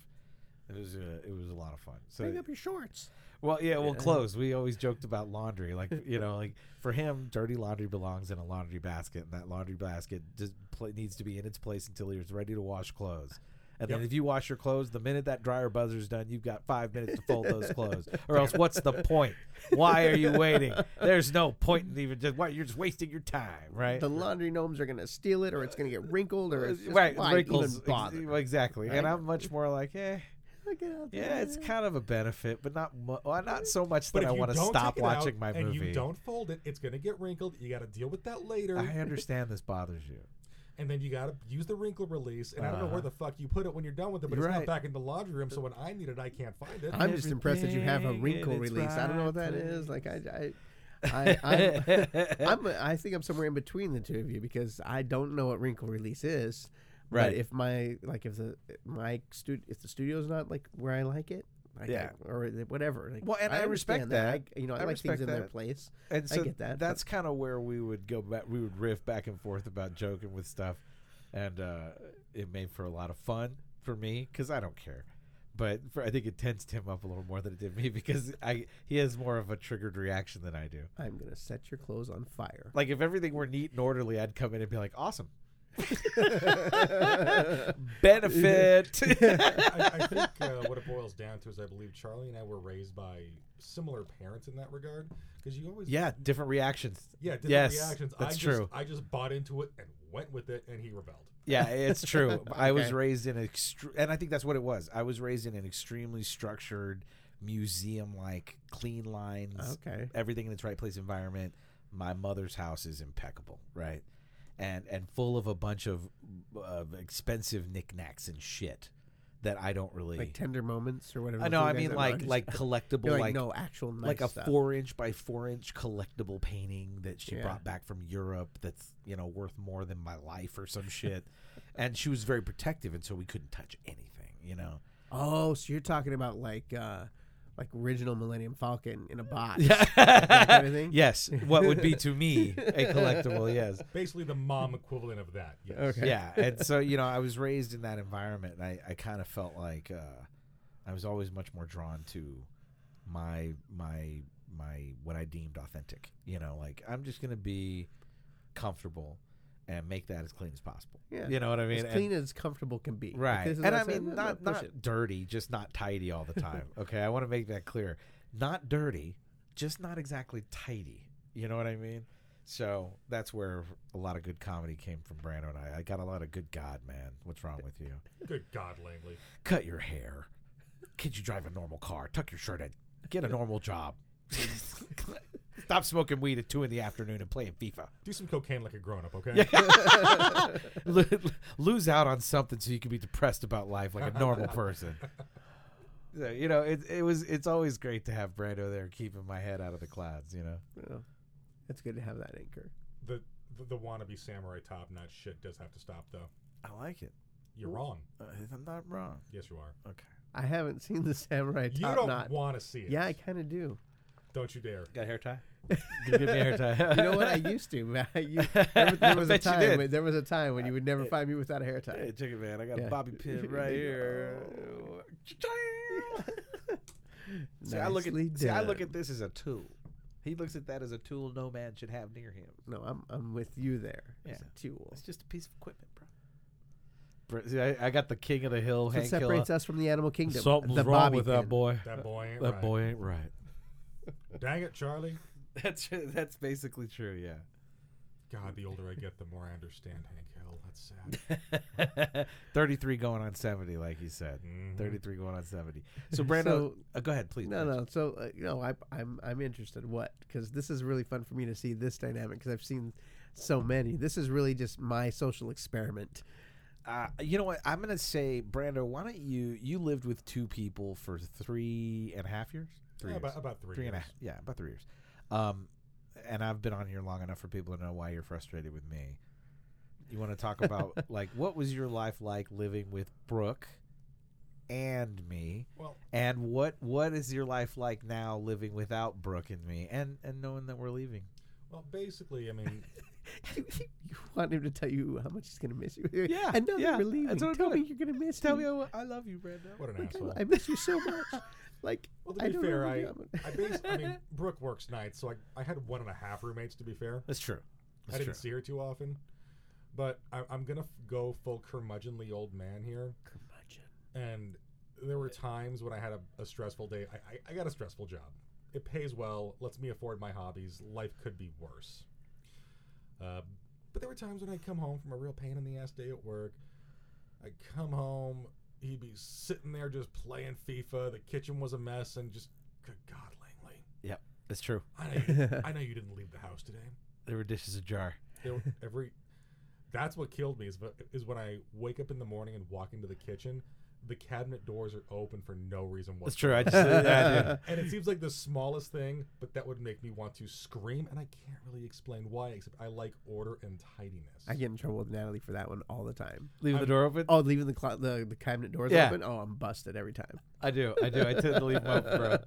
It was a, it was a lot of fun. So Bring up your shorts. well, yeah, well, clothes. We always joked about laundry, like you know, like for him, dirty laundry belongs in a laundry basket, and that laundry basket just pla needs to be in its place until he's ready to wash clothes. And then Yep. if you wash your clothes, the minute that dryer buzzer's done, you've got five minutes to fold those clothes. Or else, what's the point? Why are you waiting? There's no point in even just. Why you're just wasting your time, right? Uh, The laundry gnomes are going to steal it, or it's going to get wrinkled, or it's just, right, why wrinkles. even Ex- bother? exactly. Right? And I'm much more like, eh, Look out yeah, it's there. kind of a benefit, but not mu- well, not so much that if I you want to don't stop take it out watching my and movie. you don't fold it, it's gonna get wrinkled. You got to deal with that later, I understand this bothers you. and then you got to use the wrinkle release. And I don't know where Uh-huh. the fuck you put it when you're done with it, but You're it's right. not back in the laundry room. So when I need it, I can't find it. I'm just impressed that you have a Everything wrinkle in its release. I don't know what that right is. Like I, I, I, I'm, I'm, I think I'm somewhere in between the two of you because I don't know what wrinkle release is. Right. But if my like if the my stu- if the studio's not like where I like it, I Yeah. I- or the- whatever. Like, Well, and I respect understand that. I, you know, I, I like things respect in their that. place. and so get that, That's kind of where we would go back. We would riff back and forth about joking with stuff, and uh, it made for a lot of fun for me because I don't care. but for, I think it tensed him up a little more than it did me because I he has more of a triggered reaction than I do. I'm gonna set your clothes on fire. Like if everything were neat and orderly, I'd come in and be like, "Awesome, benefit." I, I think uh, what it boils down to is I believe Charlie and I were raised by similar parents in that regard because you always yeah, different reactions. yeah different yes, reactions. I That's just, true. I just bought into it and went with it, and he rebelled. Yeah, it's true. I was Okay. raised in extr and I think that's what it was. I was raised in an extremely structured, museum-like, clean lines, Okay. everything in its right place environment. My mother's house is impeccable, right? And and full of a bunch of, of expensive knickknacks and shit that I don't really. Like tender moments or whatever. I the know. fuck I you guys mean, are- no, I'm like just- like you're collectible, like, like no actual nice like a stuff. four inch by four inch collectible painting that she Yeah. brought back from Europe that's you know worth more than my life or some shit. and she was very protective, and so we couldn't touch anything, you know. Oh, so you're talking about like uh like original Millennium Falcon in a box. Yeah. everything? yes. What would be to me a collectible? Yes. Basically, the mom equivalent of that. Yes. Okay. Yeah. And so you know, I was raised in that environment, and I, I kind of felt like uh, I was always much more drawn to my my my what I deemed authentic. You know, like I'm just gonna be comfortable and make that as clean as possible. Yeah. You know what I mean? As And- clean as comfortable can be. Like, right. this is what and I said, no, no, mean, not push not it. dirty, just not tidy all the time. okay, I want to make that clear. Not dirty, just not exactly tidy. You know what I mean? So that's where a lot of good comedy came from Brando and I. I got a lot of good God, man. What's wrong with you? Good God, Langley. Cut your hair. Could you drive a normal car? Tuck your shirt in. Get a normal job. Stop smoking weed at two in the afternoon and playing FIFA. Do some cocaine like a grown up, okay? Lo- lose out on something so you can be depressed about life like a normal person. So, you know, it, it was it's always great to have Brando there keeping my head out of the clouds, you know. Well, it's good to have that anchor. The, the the wannabe samurai top notch shit does have to stop though. I like it. You're wrong. Uh, I'm not wrong. Yes, you are. Okay. I haven't seen the samurai You top don't knot. want to see it. yeah, I kind of do. Don't you dare. Got a hair tie? Give me a hair tie. You know what? I used to. man. I used, there, was- there was a Bet you did. time. When, there was a time when you would never find me without a hair tie. Hey, check it, man. I got Yeah. a bobby pin right here. see, I look at Nicely see, I look done. at this as a tool. He looks at that as a tool no man should have near him. No, I'm I'm with you there. It's Yeah. a tool. It's just a piece of equipment, bro. See, I, I got the king of the hill, What Hank Hill. separates us from the animal kingdom. Something's the wrong bobby with that pin. boy. That boy ain't That right. boy ain't right. Dang it, Charlie. That's that's basically true. Yeah. God, the older I get, the more I understand Hank Hill. That's sad. Thirty-three going on seventy, like you said. Mhm. Thirty-three going on seventy. So Brando, So- uh, go ahead, please. No, please. no. So uh, you know, I, I'm I'm interested. What? Because this is really fun for me to see this dynamic. Because I've seen so many. This is really just my social experiment. Uh, you know what? I'm gonna say, Brando. Why don't you? You lived with two people for three and a half years. Three Yeah, years. about, about three, three and a years. half. Yeah, about three years. Um, and I've been on here long enough for people to know why you're frustrated with me. You want to talk about like what was your life like living with Brooke and me, Well, and what what is your life like now living without Brooke and me, and and knowing that we're leaving. well, basically, I mean, you want him to tell you how much he's gonna miss you. Yeah, I know yeah, that we're leaving. that's what I'm tell me doing. you're gonna miss. Tell me. me, oh, I- I love you, Brando. what an Like, asshole. I, I miss you so much. Like, well, to I be don't fair, know I, what I, bas- I mean, Brooke works nights, so I, I had one and a half roommates, to be fair. That's true. I That's true. didn't see her too often. But I, I'm going to f- go full curmudgeonly old man here. And there were times when I had a, a stressful day. I, I, I got a stressful job. It pays well, lets me afford my hobbies. Life could be worse. Uh, but there were times when I'd come home from a real pain in the ass day at work. I'd come home, he'd be sitting there just playing FIFA. The kitchen was a mess, and just, good God, Langley. That's true. I know you, I know you didn't leave the house today There were dishes ajar. there were- every that's what killed me is wh- is when I wake up in the morning and walk into the kitchen, the cabinet doors are open for no reason That's whatsoever. true. I just yeah, I did. And it seems like the smallest thing, but that would make me want to scream, and I can't really explain why, except I like order and tidiness. I get in trouble with Natalie for that one all the time. leaving the door open. Oh, leaving the clo- the, the cabinet doors Yeah. open. Oh, I'm busted every time. I do. I do. I tend to leave my bro.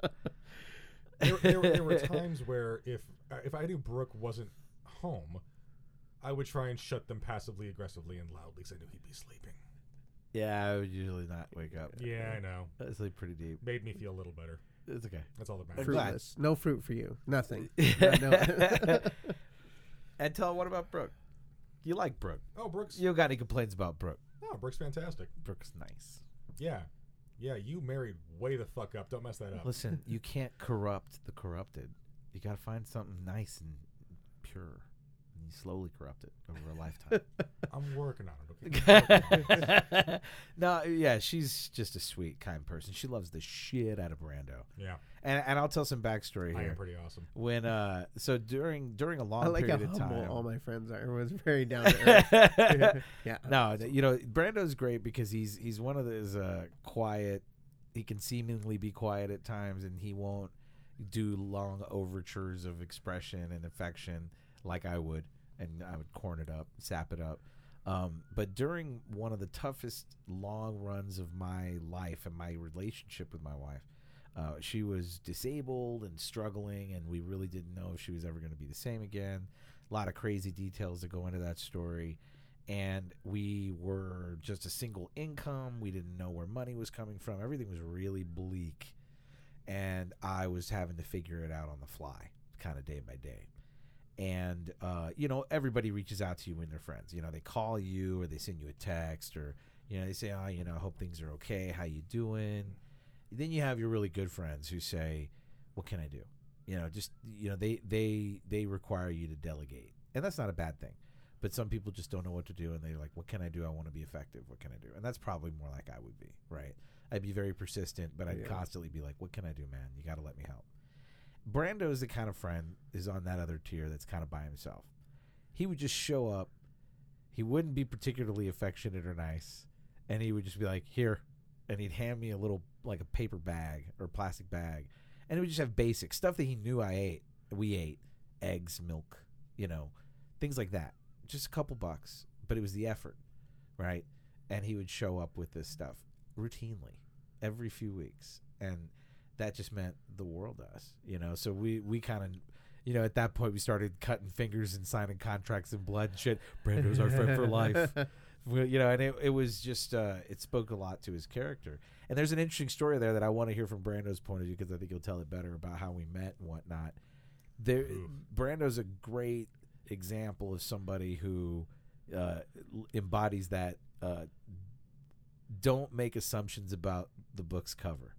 there, there, were- there were times where if uh, if I knew Brooke wasn't home, I would try and shut them passively, aggressively, and loudly because I knew he'd be sleeping. Mm. Yeah, I would usually not wake up. Yeah, I know. I sleep pretty deep. Made me feel a little better. It's okay. That's all that matters. Fruit. glad. Fruitless. No fruit for you. Nothing. No- no- and tell what about Brooke? You like Brooke. Oh, Brooks. You got any complaints about Brooke? Oh, Brooks, fantastic. Brooke's nice. Yeah, yeah. You married way the fuck up. Don't mess that up. Listen, you can't corrupt the corrupted. You got to find something nice and pure. And you slowly corrupt it over a lifetime. I'm working on it. Okay. no, yeah, she's just a sweet, kind person. She loves the shit out of Brando. Yeah, And and I'll tell some backstory I am here. pretty awesome. When uh, so during during a long I like how period of humble time, all my friends are. Everyone's very down to earth. yeah. no, th- you know Brando's great because he's he's one of those uh, quiet. He can seemingly be quiet at times, and he won't do long overtures of expression and affection like I would, and I would corn it up, sap it up. Um, but during one of the toughest long runs of my life and my relationship with my wife, uh, she was disabled and struggling, and we really didn't know if she was ever going to be the same again. A lot of crazy details that go into that story and we were just a single income. We didn't know where money was coming from. Everything was really bleak. And I was having to figure it out on the fly, kind of day by day. And, uh, you know, everybody reaches out to you when they're friends. You know, they call you or they send you a text or, you know, they say, oh, you know, I hope things are okay. How you doing? Then you have your really good friends who say, what can I do? You know, just, you know, they, they, they require you to delegate. And that's not a bad thing but some people just don't know what to do and they're like what can i do i want to be effective what can i do and that's probably more like i would be right i'd be very persistent but i'd Yeah. constantly be like what can i do man you got to let me help brando is the kind of friend is on that other tier that's kind of by himself he would just show up he wouldn't be particularly affectionate or nice and he would just be like here and he'd hand me a little like a paper bag or plastic bag and it would just have basic stuff that he knew i ate we ate eggs milk you know things like that just a couple bucks, but it was the effort, right? And he would show up with this stuff routinely every few weeks, and that just meant the world to us, you know. So we we kind of. You know, at that point, we started cutting fingers and signing contracts in blood. and Shit, Brando's our friend for life. We- You know, and it, it was just uh, it spoke a lot to his character. And there's an interesting story there that I want to hear from Brando's point of view because I think he'll tell it better about how we met and whatnot. There, Oof. Brando's a great example of somebody who uh, l- embodies that uh, don't make assumptions about the book's cover.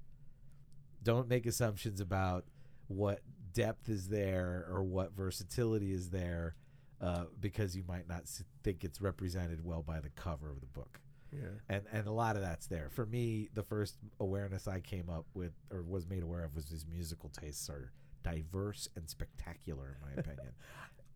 Don't make assumptions about what depth is there or what versatility is there uh, because you might not s- think it's represented well by the cover of the book Yeah. and and a lot of that's there for me the first awareness i came up with or was made aware of was his musical tastes are diverse and spectacular in my opinion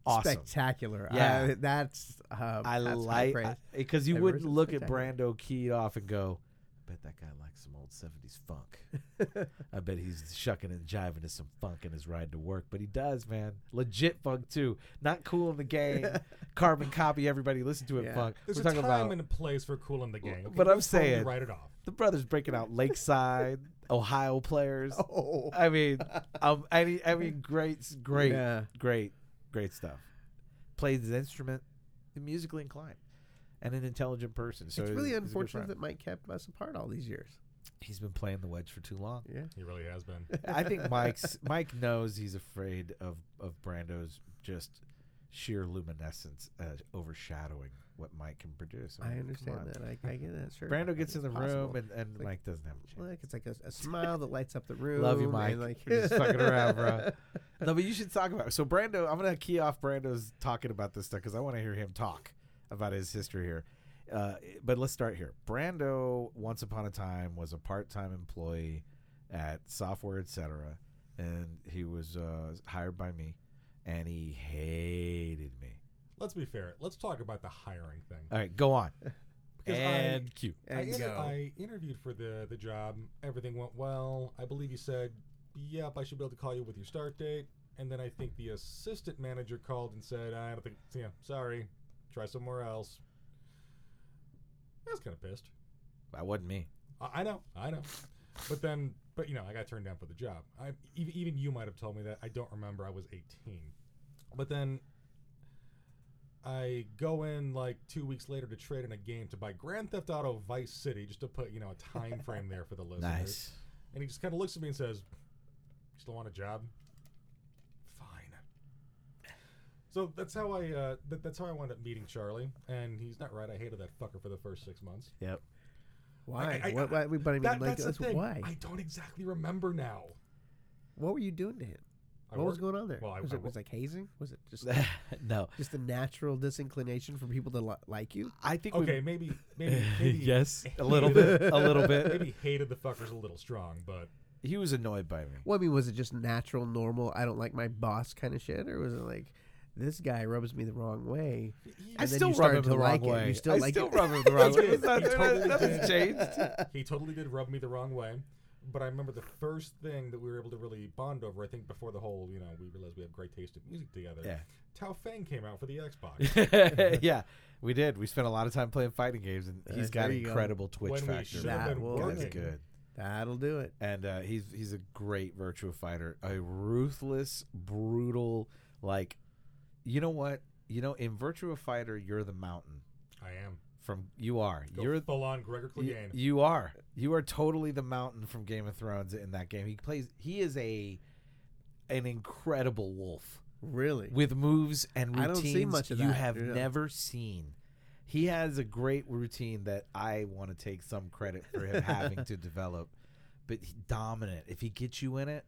awesome Spectacular. Yeah. I, that's. Uh, i that's high like praise. because you Diverse wouldn't and look at spectacular. brando keyed off and go bet that guy likes some old 70s funk i bet he's shucking and jiving to some funk in his ride to work but he does man legit funk too not cool in the game carbon copy everybody listen to it Yeah. funk There's we're a talking time about and a place for cool in the gang. Okay? But I'm That's totally saying- write it off. the brothers breaking out Lakeside, Ohio players. Oh. I mean, um, I mean, I mean, great, great, Yeah. great, great stuff. Plays his instrument, musically inclined, and an intelligent person. So it's really he's a good unfortunate friend. that Mike kept us apart all these years. he's been playing the wedge for too long. Yeah. He really has been. I think Mike's Mike knows he's afraid of of Brando's just sheer luminescence uh, overshadowing what Mike can produce. I mean, Oh, come understand on. that. I, I get that. Sure. Brando gets in the It's possible. room and, and Like, Mike doesn't have a chance. Look, it's like a, a smile that lights up the room. Love you, and, Mike. Like, You're just fucking around, bro. No, but you should talk about it. So Brando, I'm gonna key off Brando's talking about this stuff because I want to hear him talk about his history here. Uh, but let's start here. Brando, once upon a time, was a part-time employee at Software Etc., and he was uh, hired by me, and he hated me. Let's be fair. Let's talk about the hiring thing. All right, go on. Because I- And cue. I, And inter- go. I interviewed for the the job. Everything went well. I believe you said, "Yep, I should be able to call you with your start date." And then I think the assistant manager called and said, "I don't think. Yeah, sorry. Try somewhere else." I was kind of pissed. That wasn't me. I, I know, I know. But then, but you know, I got turned down for the job. I even, even you might have told me that. I don't remember. I was 18. But then, I go in like two weeks later to trade in a game to buy Grand Theft Auto Vice City just to put you know a time frame there for the listeners. Nice. And he just kind of looks at me and says, "Still want a job? Fine." So that's how I uh, that, that's how I wound up meeting Charlie, and he's not right. I hated that fucker for the first six months. Yep. Why? I- I- what, why? But I mean, That- like, that's the that's thing. why? I don't exactly remember now. what were you doing to him? I what was worked- going on there? well, I- was I it was wor- like hazing? Was it just no. just a natural disinclination for people to li- like you? I think Okay, maybe maybe, we maybe yes, a little bit, a little bit. maybe hated the fuckers a little strong, but He was annoyed by me. Well, I mean, was it just natural, normal? I don't like my boss kind of shit, or was it like this guy rubs me the wrong way? he- I And then still you rub started him to the like wrong it. way. You still I like still it. rub him the wrong way. He totally Nothing's did. changed. he totally did rub me the wrong way. But I remember the first thing that we were able to really bond over, I think before the whole, you know, we realized we have great taste in music together. Yeah. Tao Fang came out for the Xbox. yeah, we did. We spent a lot of time playing fighting games, and he's Uh, got there you go. incredible twitch when we factor. should That have been was That's Okay. working. good. That'll do it. And uh, he's he's a great virtua fighter, a ruthless, brutal. Like, you know what? You know, in virtua fighter, you're the mountain. I am. From you are, Go you're full on Gregor Y- Clegane. You are. You are totally the mountain from Game of Thrones in that game. He plays he is a an incredible wolf Really? with moves and routines I don't see much of you that, have yeah. never seen. He has a great routine that I want to take some credit for him having to develop. But he, dominant. If he gets you in it,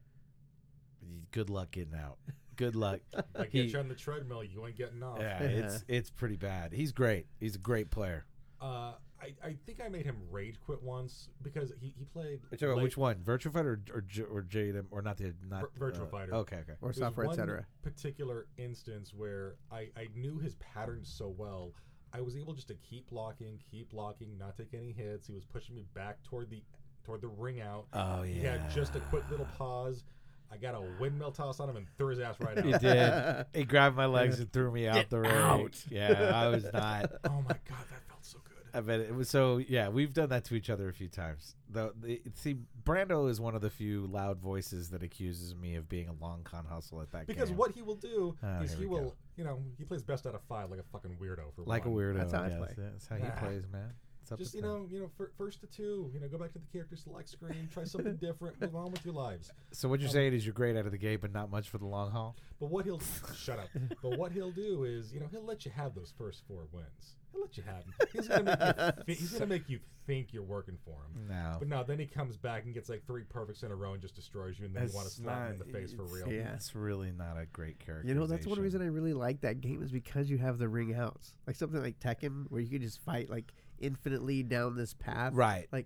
y- good luck getting out. Good luck. I get he- you on the treadmill, you ain't getting off. yeah, it's it's pretty bad. He's great. He's a great player. Uh, I, I think I made him rage quit once because he, he played Sorry, late- which one? Virtual Fighter or or, J- or JDM or not the not Vir- Virtua uh, Fighter. Okay, okay. or There was software, one etc. Particular instance where I, I knew his patterns so well, I was able just to keep blocking, keep blocking, not take any hits. He was pushing me back toward the toward the ring out. Oh He yeah. had just a quick little pause. I got a windmill toss on him and threw his ass right He out. did. He grabbed my legs and threw me out the ring. out. Yeah, I was not. oh my god, that felt so good. I bet it was so. Yeah, we've done that to each other a few times. Though, the, see, Brando is one of the few loud voices that accuses me of being a long con hustle at that Because game. what he will do Ah, is here he we go. will, you know, he plays best out of five like a fucking weirdo for Like a one. weirdo. That's how I yes, play. That's how Yeah. he plays, man. It's up Just to you them. know, you know, fir- first to two, you know, go back to the character select screen, try something different, move on with your lives. So um, what you're saying is you're great out of the gate, but not much for the long haul. But what he'll shut up. But what he'll do is, you know, he'll let you have those first four wins. He'll let you have them. He's gonna make you, thi- he's gonna make you think you're working for him. No. But no, then he comes back and gets like three perfects in a row and just destroys you, and then you want to That's slap him in not- the face for it's- real. yeah. That's really not a great character. You know, that's one reason I really like that game is because you have the ring outs, like something like Tekken, where you can just fight like infinitely down this path. Right. Like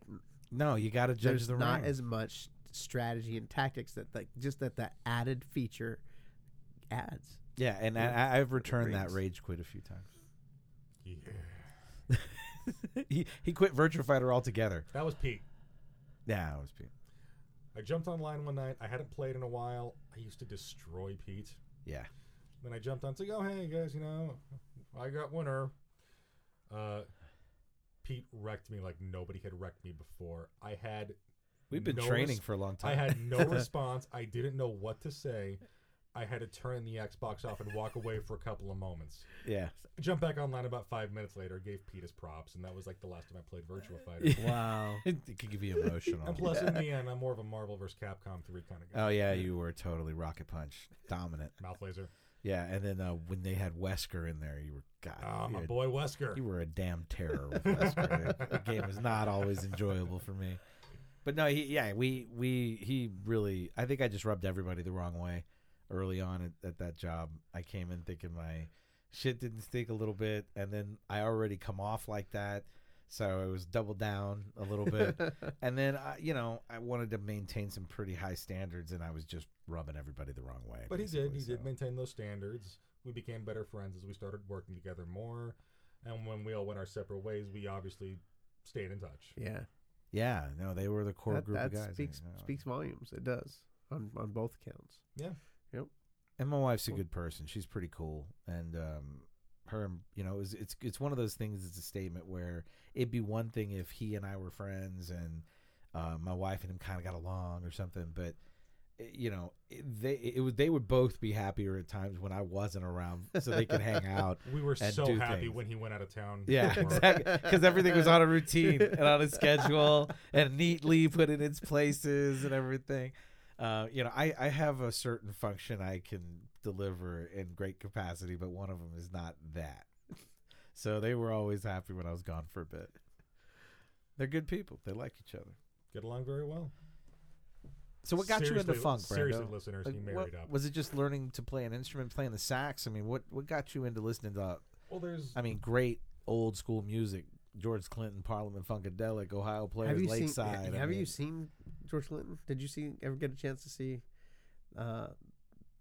No, you got to judge there's the not ring. as much strategy and tactics that like just that that added feature adds. yeah, and I, I- I've returned that rage quit a few times. Yeah. he he quit Virtua Fighter altogether. That was Pete. Yeah, it was Pete. I jumped online one night. I hadn't played in a while. I used to destroy Pete. Yeah. Then I jumped on. It's like, oh hey guys, you know, I got winner. Uh, Pete wrecked me like nobody had wrecked me before. I had We've been No training res- for a long I time. had no response. I didn't know what to say. I had to turn the Xbox off and walk away for a couple of moments. yeah. Jump back online about five minutes later, gave Pete his props, and that was like the last time I played Virtual Fighter. Wow. It, it could be emotional. And plus, in the end, I'm more of a Marvel vs. Capcom 3 kind of guy. Oh yeah, you were totally rocket punch dominant. Mouth laser. Yeah, and then uh, when they had Wesker in there, you were God. Ah, you my were- boy Wesker. You were a damn terror with Wesker. the game was not always enjoyable for me. But no, he yeah, we we he really I think I just rubbed everybody the wrong way early on at, at that job. I came in thinking my shit didn't stink a little bit and then I already come off like that. So it was double down a little bit. and then I, you know, I wanted to maintain some pretty high standards and I was just rubbing everybody the wrong way. But he did. basically, He did so. maintain those standards. We became better friends as we started working together more. And when we all went our separate ways, we obviously stayed in touch. Yeah. Yeah, no, they were the core That, group that of guys. I speaks know. speaks volumes. It does on on both counts. And my wife's a Cool. good person. She's pretty cool, and um, her, and- you know, is it's it's one of those things. It's a statement where it'd be one thing if he and I were friends, and uh, my wife and him kind of got along or something, but. you know, it- they it, would they would both be happier at times when I wasn't around, so they could hang out. We were and so do happy things. when he went out of town. Yeah, for- exactly. Because everything was on a routine and on a schedule and neatly put in its places and everything. Uh, you know, I, I have a certain function I can deliver in great capacity, but one of them is not that. So they were always happy when I was gone for a bit. They're good people. They like each other. Get along very well. So what got you into Seriously- funk, Seriously, Brando? listeners, Like, he what- married up. was it just learning to play an instrument, playing the sax? I mean, what what got you into listening to Well, there's I mean, great old school music. George Clinton, Parliament Funkadelic, Ohio Players, have you Lakeside. seen? I Have mean, you seen George Clinton? Did you see? Ever get a chance to see uh,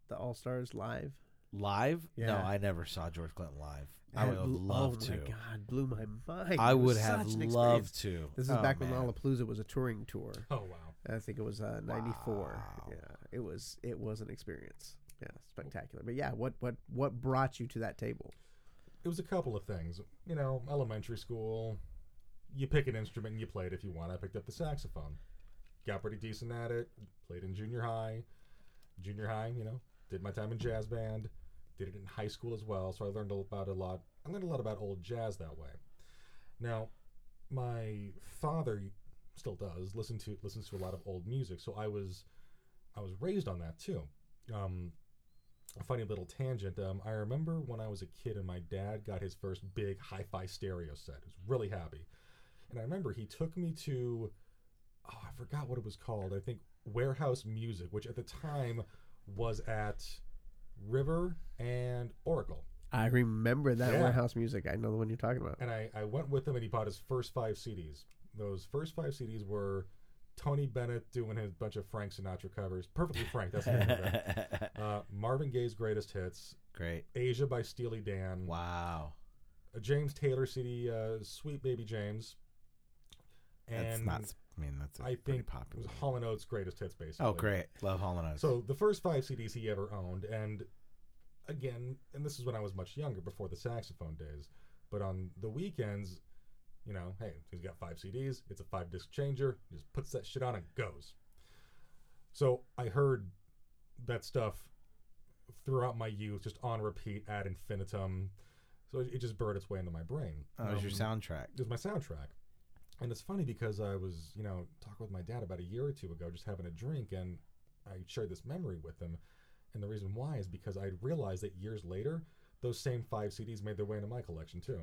the All Stars live? live? No, Yeah. I never saw George Clinton live. I That would have blew- loved oh to. my god, blew my mind. I It was would have such an loved experience. to. This is Oh, back man. when Lollapalooza was a touring tour. oh wow. I think it was uh, '94. Wow. Yeah, it was. It was an experience. Yeah, spectacular. But yeah, what what what brought you to that table? It was a couple of things. You know, elementary school, you pick an instrument and you play it if you want. I picked up the saxophone. Got pretty decent at it. Played in junior high. Junior high, you know, did my time in jazz band. Did it in high school as well, so I learned about a lot. I learned a lot about old jazz that way. Now, my father still does listen to listens to a lot of old music, so I was I was raised on that too. Um, a funny little tangent. Um, I remember when I was a kid and my dad got his first big hi-fi stereo set. He was really happy, and I remember he took me to oh, I forgot what it was called. I think Warehouse Music, which at the time was at River and Oracle. I remember that Yeah. warehouse music. I know the one you're talking about. And I, I went with him and he bought his first five CDs. Those first five CDs were Tony Bennett doing his bunch of Frank Sinatra covers. Perfectly Frank, that's the name of that. Uh, Marvin Gaye's greatest hits, great. Asia by Steely Dan, Wow. a James Taylor CD, uh, Sweet Baby James. And that's not, I mean, that's a I pretty think it was popular. Hall and Oates' greatest hits, basically. Oh, great. Love Hall and Oates. So the first five CDs he ever owned, and again, and this is when I was much younger, before the saxophone days. But on the weekends, you know, hey, he's got five CDs. It's a five disc changer. He just puts that shit on and goes. So I heard that stuff throughout my youth, just on repeat ad infinitum. So it, it just burrowed its way into my brain. that Oh, was your Um, soundtrack. it was my soundtrack. And it's funny because I was, you know, talking with my dad about a year or two ago, just having a drink, and I shared this memory with him. And the reason why is because I realized that years later, those same five CDs made their way into my collection too.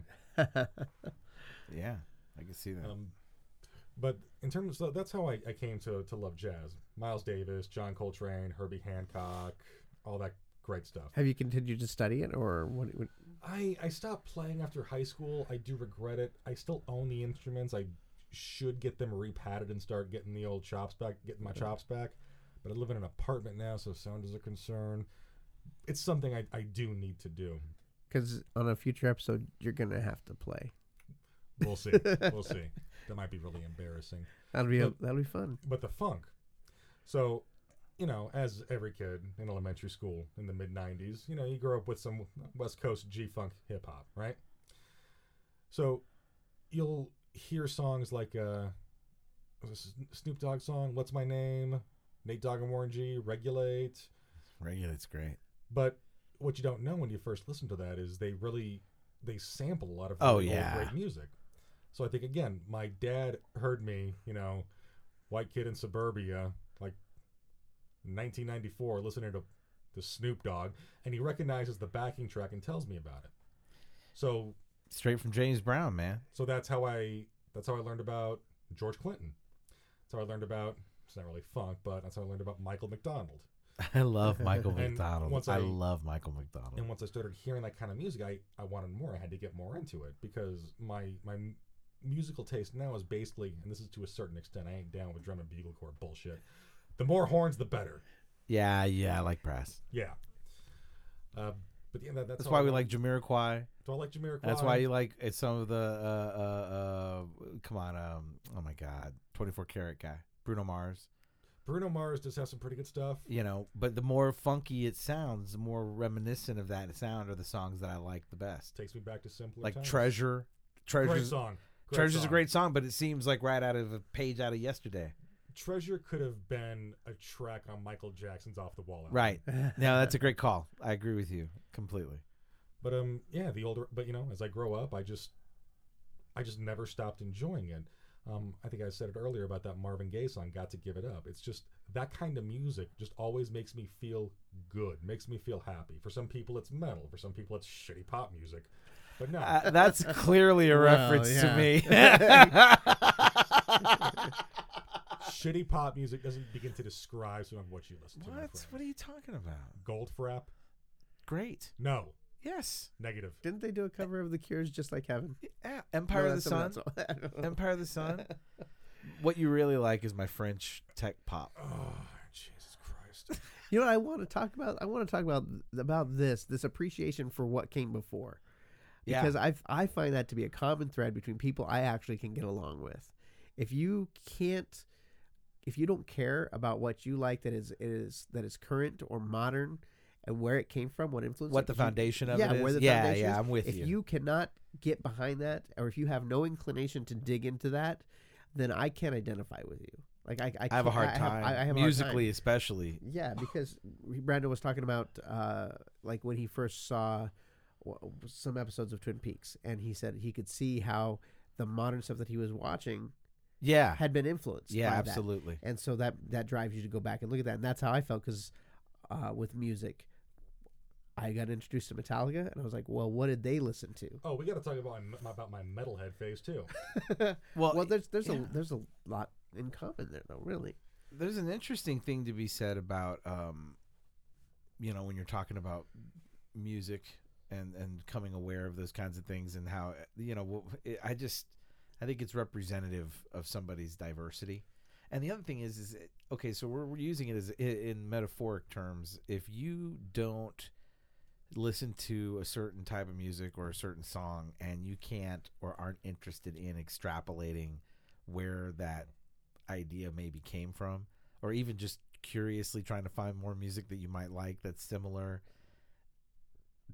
Yeah, I can see that. Um, but in terms so that's how I, I came to, to love jazz. Miles Davis, John Coltrane, Herbie Hancock, all that great stuff. Have you continued to study it, or what? what I, I stopped playing after high school. I do regret it. I still own the instruments. I should get them repatted and start getting the old chops back, getting my chops back. But I live in an apartment now, so sound is a concern. It's something I, I do need to do. Because on a future episode, you're gonna have to play. We'll see. we'll see. That might be really embarrassing. That'll be a, But- that'll be fun. but the funk. So, you know, as every kid in elementary school in the mid 90s, you know, you grow up with some West Coast G funk hip hop, right? So you'll hear songs like uh, was this a Snoop Dogg song, What's My Name, Nate Dogg and Warren G, Regulate. Regulate's great. But what you don't know when you first listen to that is they really they sample a lot of Oh, really old yeah. great music. So I think again, my dad heard me, you know, white kid in suburbia, like 1994, listening to the Snoop Dogg, and he recognizes the backing track and tells me about it. So Straight from James Brown, man. so that's how I that's how I learned about George Clinton. That's how I learned about it's not really funk, but that's how I learned about Michael McDonald. I love Michael And McDonald. once I I- love Michael McDonald. and once I started hearing that kind of music, I, I wanted more. I had to get more into it because my my m- musical taste now is basically, and this is to a certain extent, I ain't down with drum and bugle corps bullshit. The more horns, the better. Yeah, yeah, I like brass. Yeah. Uh, but yeah, that, that's, That's all why I we like- like Jamiroquai. Do I like Jamiroquai? That's why you like it's some of the uh, uh, uh, come on, um, oh my god, twenty four karat guy, Bruno Mars. Bruno Mars does have some pretty good stuff. You know, but the more funky it sounds, the more reminiscent of that sound are the songs that I like the best. Takes me back to simpler Like times. Treasure, Great Treasure's song. Great Treasure's song. a great song, but it seems like right out of a page out of yesterday. Treasure could have been a track on Michael Jackson's Off the Wall. album. Right. No, that's a great call. I agree with you completely. But um, yeah, the older, but you know, as I grow up, I just, I just never stopped enjoying it. Um, I think I said it earlier about that Marvin Gaye song, "Got to Give It Up." It's just that kind of music just always makes me feel good, makes me feel happy. For some people, it's metal. For some people, it's shitty pop music. But no, Uh, that's clearly a Well, reference yeah. to me. shitty pop music doesn't begin to describe some of what you listen to. my what? friend. What are you talking about? Goldfrapp? Great. No, Yes. negative. Didn't they do a cover of The Cure's Just Like Heaven? Yeah. Empire No, of the that's some- Sun. that's all. Empire of the Sun. What you really like is my French tech pop. Oh, Jesus Christ. You know what I want to talk about? I want to talk about about this this appreciation for what came before, Yeah. because I I find that to be a common thread between people I actually can get along with. If you can't, if you don't care about what you like that is is that is current or modern, and where it came from, what influence, what the if you- foundation of yeah, it is. where the yeah, foundation yeah, is. I'm with if you. you. cannot get behind that, or if you have no inclination to dig into that, then I can't identify with you. Like I, I, I have a can't- hard I time. I, I have a hard time. Musically, especially. Yeah, because he- Brando was talking about uh, like when he first saw w- some episodes of Twin Peaks, and he said he could see how the modern stuff that he was watching Yeah. had been influenced. Yeah, by that. absolutely. And so that that drives you to go back and look at that, and that's how I felt because uh, with music, I got introduced to Metallica, and I was like, well, what did they listen to? Oh, we got to talk about my, about my metalhead phase too. Well, Well, there's there's yeah. a there's a lot in common there though, really. there's an interesting thing to be said about um you know when you're talking about music and and coming aware of those kinds of things and how you know what- it- i just i think it's representative of somebody's diversity and the other thing is is it, okay so we're, we're using it as i- in metaphoric terms if you don't listen to a certain type of music or a certain song and you can't or aren't interested in extrapolating where that idea maybe came from or even just curiously trying to find more music that you might like that's similar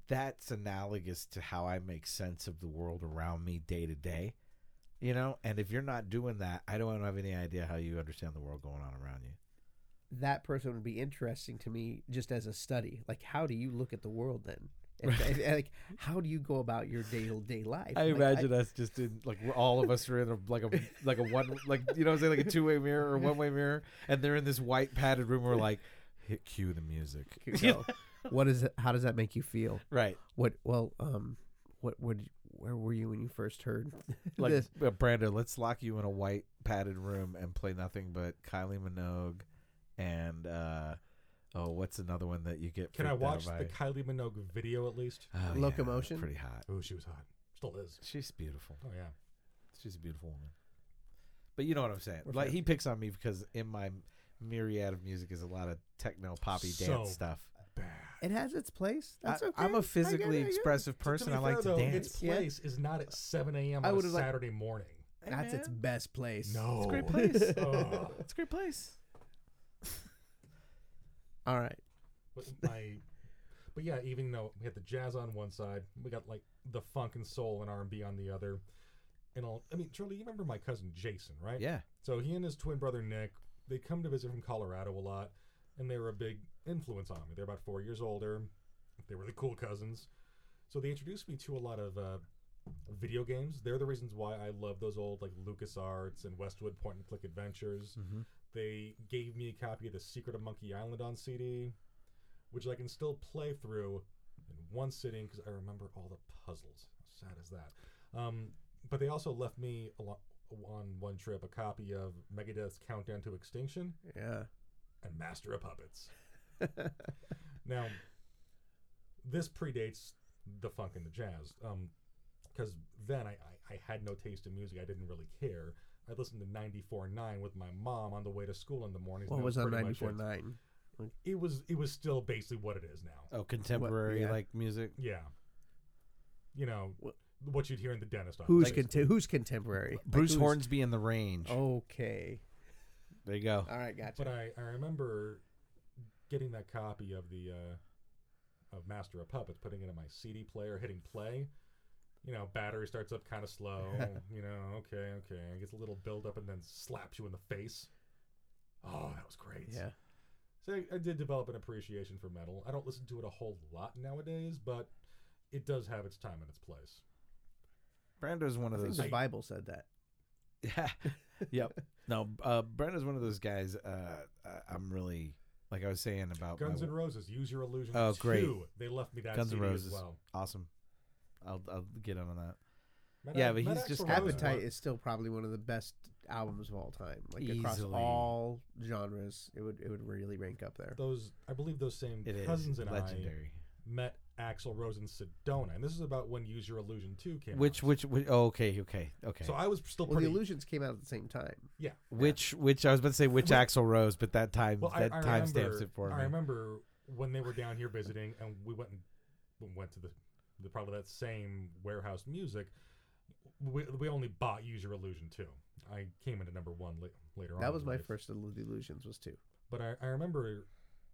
that's analogous to how i make sense of the world around me day to day you know and if you're not doing that i don't have any idea how you understand the world going on around you that person would be interesting to me just as a study. Like, how do you look at the world then? If- if- like, how do you go about your day to day life? Like, us just in like we're- all of us are in a, like a like a one like you know what i'm saying like a two-way mirror or one-way mirror and they're in this white padded room where we're like hit cue the music I- go, what is it, how does that make you feel? right What well, um, what would where were you when you first heard like this? uh, Brando, let's lock you in a white padded room and play nothing but Kylie Minogue and uh oh, what's another one that you get? Can I freaked out watch the by? Kylie Minogue video at least? Oh, yeah, that's Locomotion? pretty hot. Oh, she was hot. Still is. She's beautiful. Oh yeah. She's a beautiful woman. But you know what I'm saying. We're like fans. he picks on me because in my myriad of music is a lot of techno poppy So dance stuff. Bad. It has its place. That's I, okay. I'm I a get physically it, I get it. expressive person. I like to though, dance. Its Yeah. place is not at 7 a.m. I on a would've liked- Saturday morning. Hey, That's man, its best place. No. it's a great place. Ugh. it's a great place. All right. But my, but yeah, even though we had the jazz on one side, we got like the funk and soul and R and B on the other, and all. I mean, Charlie, you remember my cousin Jason, right? Yeah. So he and his twin brother Nick, they come to visit from Colorado a lot, and they were a big influence on me. They're about four years older. They were the cool cousins. So they introduced me to a lot of uh, video games. They're the reasons why I love those old like LucasArts and Westwood point and click adventures. Mm-hmm. Mhm. They gave me a copy of The Secret of Monkey Island on CD, which I can still play through in one sitting because I remember all the puzzles. How sad is that? Um, but they also left me alo- on one trip a copy of Megadeth's Countdown to Extinction Yeah. and Master of Puppets. now, this predates the funk and the jazz, because then I, I, I had no taste in music. I didn't really care. I listened to 94.9 with my mom on the way to school in the mornings. What and that was on pretty ninety much it. four nine? It was it was still basically what it is now. Oh, contemporary yeah. like music. Yeah, you know What- what you'd hear in the dentist office. Who's basically. conte- who's contemporary? Like, Oh. Bruce who's- Hornsby in the range. Okay. There you go. All right. Gotcha. But I, I remember getting that copy of the uh, of Master of Puppets, putting it in my CD player, hitting play. You know, battery starts up kind of slow. you know, okay, okay, it gets a little build up and then slaps you in the face. Oh, that was great. Yeah. So I, I did develop an appreciation for metal. I don't listen to it a whole lot nowadays, but it does have its time and its place. Brando's one of I think those. the Bible said that. Yeah. yep. No, uh, Brando's one of those guys. Uh, I- I'm really like I was saying about my- Guns N' Roses, Use Your Illusion. Oh, great. 2. They left me that Guns N' CD Roses. as well. awesome. I'll I'll get on that. Mad Yeah, Ax- but Mad he's Ax just Rose Appetite was- is still probably one of the best albums of all time. Like across Easily. all genres, it would it would really rank up there. Those, I believe, those same It is cousins and legendary. I met Axl Rose in Sedona, and this is about when Use Your Illusion two came. Which out. which which? Oh, okay, okay, okay. So I was still Well, the pretty. Illusions came out at the same time. yeah. which which I was about to say which Well- Axl Rose, but that time Well, that I, I time remember, stamps it for I me. remember when they were down here visiting, and we went and we went to the, the probably that same warehouse music. We, we only bought Use Your Illusion two. I came into number one la- later on. That in was my life. first of the Illusions was two. But I, I remember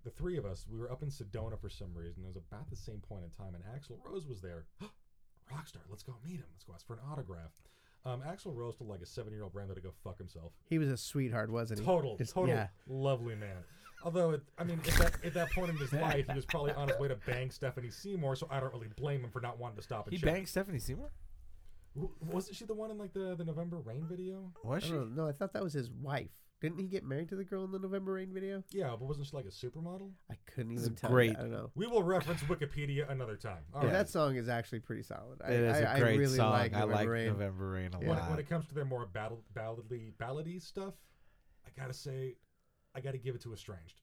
the three of us, we were up in Sedona for some reason. It was about the same point in time, and Axl Rose was there. Rockstar, let's go meet him. Let's go ask for an autograph. Um, Axl Rose told like a seven year old Brando to go fuck himself. He was a sweetheart, wasn't he? Total, Just- total, yeah. lovely man. Although, it, I mean, at that, at that point in his life, he was probably on his way to bang Stephanie Seymour, so I don't really blame him for not wanting to stop and he check. banged Stephanie Seymour. W- wasn't she the one in like the, the November Rain video? Was I she? don't know. No, I thought that was his wife. Didn't he get married to the girl in the November Rain video? Yeah, but wasn't she like a supermodel? I couldn't This even is tell. great. You. I don't know. We will reference Wikipedia another time. All right. And that song is actually pretty solid. I, It is I- a I great really song. Like I November like Rain. November Rain a Yeah. when, it, lot. when it comes to their more battle balladly ballady stuff, I gotta say, I gotta give it to Estranged.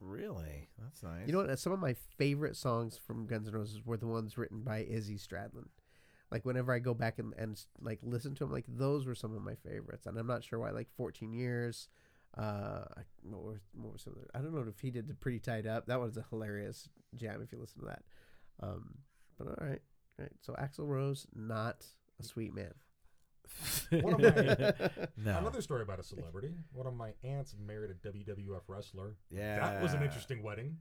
really, that's nice. You know what? Some of my favorite songs from Guns N' Roses were the ones written by Izzy Stradlin. Like whenever I go back and, and like listen to them, like those were some of my favorites, and I'm not sure why. Like 14 years, uh, I- what were, what were some of the, I don't know if he did the Pretty Tied Up. That was a hilarious jam if you listen to that. Um, but all right, all right. So Axl Rose, not a sweet man. One of my, no. Another story about a celebrity. One of my aunts married a WWF wrestler. yeah, That was an interesting wedding.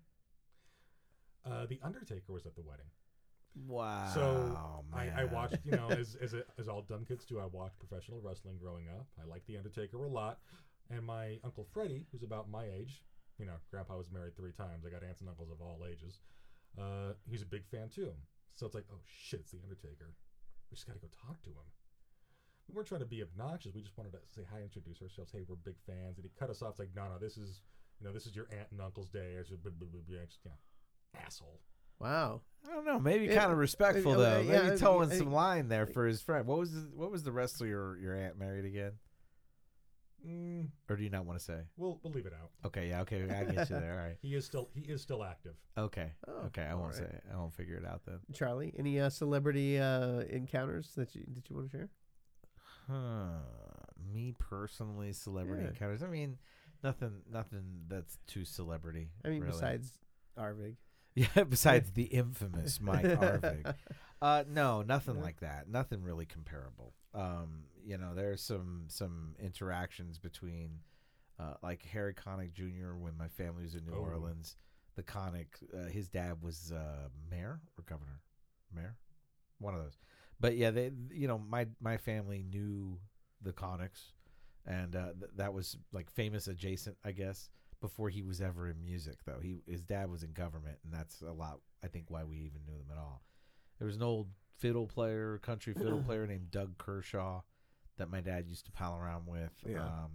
Uh, the Undertaker was at the wedding. Wow. So, I, I man. watched, you know, as as, a, as all dumb kids do, I watched professional wrestling growing up. I liked the Undertaker a lot, and my uncle Freddie, who's about my age, you know, Grandpa was married three times. I got aunts and uncles of all ages. Uh, he's a big fan too. So it's like, oh shit, it's the Undertaker. We just got to go talk to him. We weren't trying to be obnoxious. We just wanted to say hi, introduce ourselves. Hey, we're big fans. And he cut us off. It's like, no, no, this is, you know, this is your aunt and uncle's day. It's just, blah, blah, blah, blah, just, you know, asshole. Wow. I don't know. Maybe It- kind of respectful okay, though. yeah, maybe I- towing I- some line there for his friend. What was the, what was the wrestler your your aunt married again? Mm, Or do you not want to say? we'll we'll leave it out. Okay, yeah, okay, I get you there. He is still he is still active. All right, okay, Oh, okay, I all won't right. say. It. I won't figure it out then. Charlie, any uh, celebrity uh, encounters that you that you want to share? Huh. Me personally, celebrity Yeah. encounters. I mean, nothing, nothing that's too celebrity. I mean, really. besides Arvig. yeah, besides the infamous Mike Harvick. Uh, no, nothing No? like that. Nothing really comparable. Um, you know, there's some some interactions between, uh, like Harry Connick Jr. When my family was in New Oh. Orleans, the Connick, uh, his dad was uh, mayor or governor, mayor, one of those. But yeah, they, you know, my my family knew the Connicks, and uh, th- that was like famous adjacent, I guess. Before he was ever in music, though, he his dad was in government, and that's a lot. I think why we even knew them at all. There was an old fiddle player, country fiddle player named Doug Kershaw that my dad used to pal around with. Yeah. Um,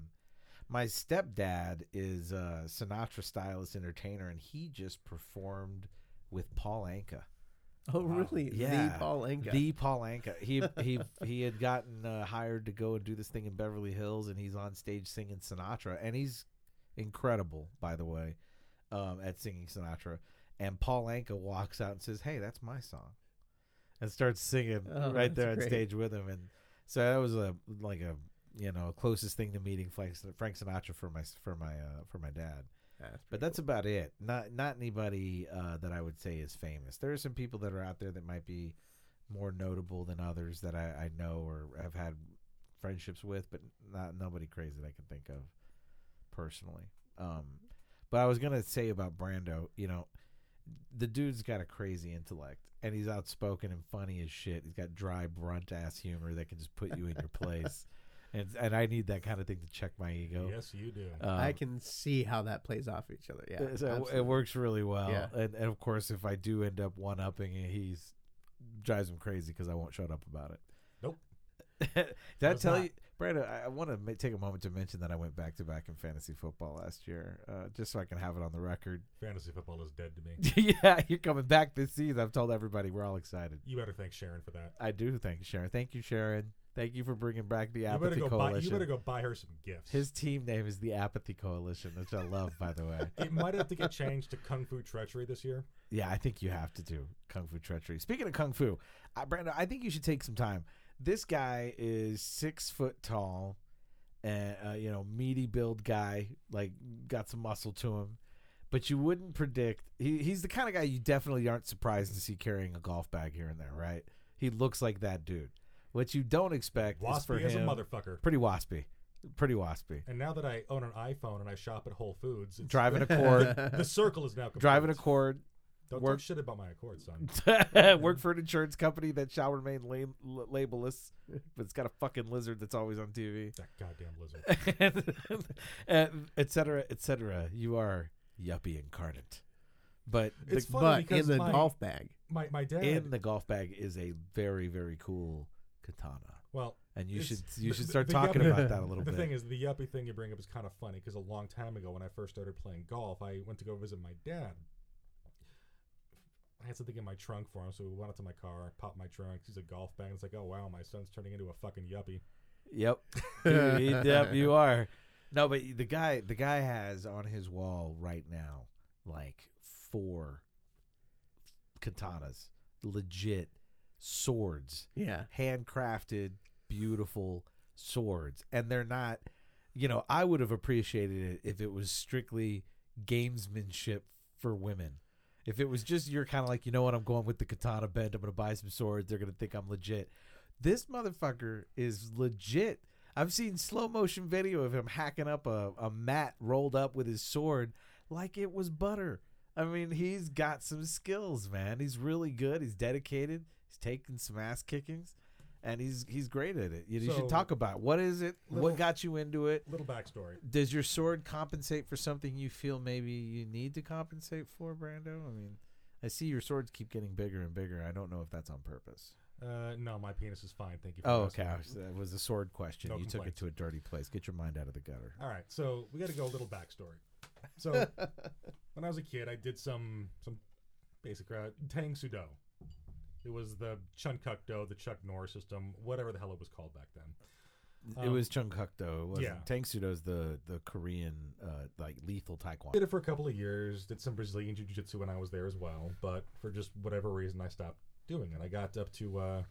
my stepdad is a Sinatra stylist entertainer, and he just performed with Paul Anka. Oh, Wow. really? Uh, Yeah. The Paul Anka. The Paul Anka. He he he had gotten uh, hired to go and do this thing in Beverly Hills, and he's on stage singing Sinatra, and he's incredible, by the way, um, at singing Sinatra. And Paul Anka walks out and says, "Hey, that's my song," and starts singing Oh, right that's there on great. stage with him. And so that was a like a you know closest thing to meeting Frank, Frank Sinatra for my for my uh, for my dad. But that's about it. Not not anybody uh, that I would say is famous. There are some people that are out there that might be more notable than others that I, I know or have had friendships with, but not nobody crazy that I can think of personally. Um, but I was gonna say about Brando, you know, the dude's got a crazy intellect, and he's outspoken and funny as shit. He's got dry brunt ass humor that can just put you in your place. and, and I need that kind of thing to check my ego. Yes, you do. Um, I can see how that plays off each other. Yeah, so it- absolutely. it works really well. Yeah. And, and of course, if I do end up one upping it, he's drives him crazy because I won't shut up about it. Nope. Did I Does tell not. you, Brandon? I, I want to ma- take a moment to mention that I went back to back in fantasy football last year, uh, just so I can have it on the record. Fantasy football is dead to me. yeah, you're coming back this season. I've told everybody we're all excited. You better thank Sharon for that. I do thank Sharon. Thank you, Sharon. Thank you for bringing back the you better Apathy go buy. You Coalition. better go buy her some gifts. His team name is the Apathy Coalition, which I love, by the way. it might have to get changed to Kung Fu Treachery this year. Yeah, I think you have to do Kung Fu Treachery. Speaking of Kung Fu, uh, Brando, I think you should take some time. This guy is six foot tall, and uh, you know, meaty build guy, like got some muscle to him. But you wouldn't predict he, he's the kind of guy you definitely aren't surprised to see carrying a golf bag here and there, right? He looks like that dude. What you don't expect is for Waspy as a him motherfucker. pretty waspy, pretty waspy, And now that I own an iPhone and I shop at Whole Foods, it's, driving a cord, the circle is now complete. driving a cord, Don't work- talk shit about my Accord, son. work for an insurance company that shall remain lab- l- labelless, but it's got a fucking lizard that's always on TV, That goddamn lizard. and uh, et cetera, et cetera. You are yuppie incarnate, but the, It's funny but in because the my, golf bag, my my dad. in the golf bag is a very very cool katana, well, and you It's- should you the- should the- start the talking yuppie- about that a little the bit. thing is, the yuppie thing you bring up is kind of funny because a long time ago, when I first started playing golf, I went to go visit my dad. I had something in my trunk for him, so we went out to my car, popped my trunk. He's a golf bag. It's like, oh wow, my son's turning into a fucking yuppie. Yep. You- you- yep, you are. No, but the guy the guy has on his wall right now like four katanas, legit swords, yeah, handcrafted, beautiful swords. And they're not, you know, I would have appreciated it if it was strictly gamesmanship for women. If it was just you're kind of like, you know what, I'm going with the katana bend. I'm going to buy some swords. They're going to think I'm legit. This motherfucker is legit. I've seen slow motion video of him hacking up a, a mat rolled up with his sword like it was butter. I mean, he's got some skills, man. He's really good. He's dedicated. He's taking some ass kickings, and he's he's great at it. You, you So- should talk about what is it, what Little- got you into it. Little backstory. Does your sword compensate for something you feel maybe you need to compensate for, Brando? I mean, I see your swords keep getting bigger and bigger. I don't know if that's on purpose. Uh, no, my penis is fine. Thank you. For Oh, okay. asking. I was- That was a sword question. No you took it complaints. to a dirty place. Get your mind out of the gutter. All right, so we got to go a little backstory. So when I was a kid, I did some some basic uh, Tang Sudo. It was the Chun Kuk Do, the Chuck Norris system, whatever the hell it was called back then. it Um, was Chung Kuk though. It wasn't. yeah. Tang Sudo's the the Korean uh, like lethal taekwondo. Did it for a couple of years. Did some Brazilian Jiu Jitsu when I was there as well, but for just whatever reason, I stopped doing it. I got up to uh,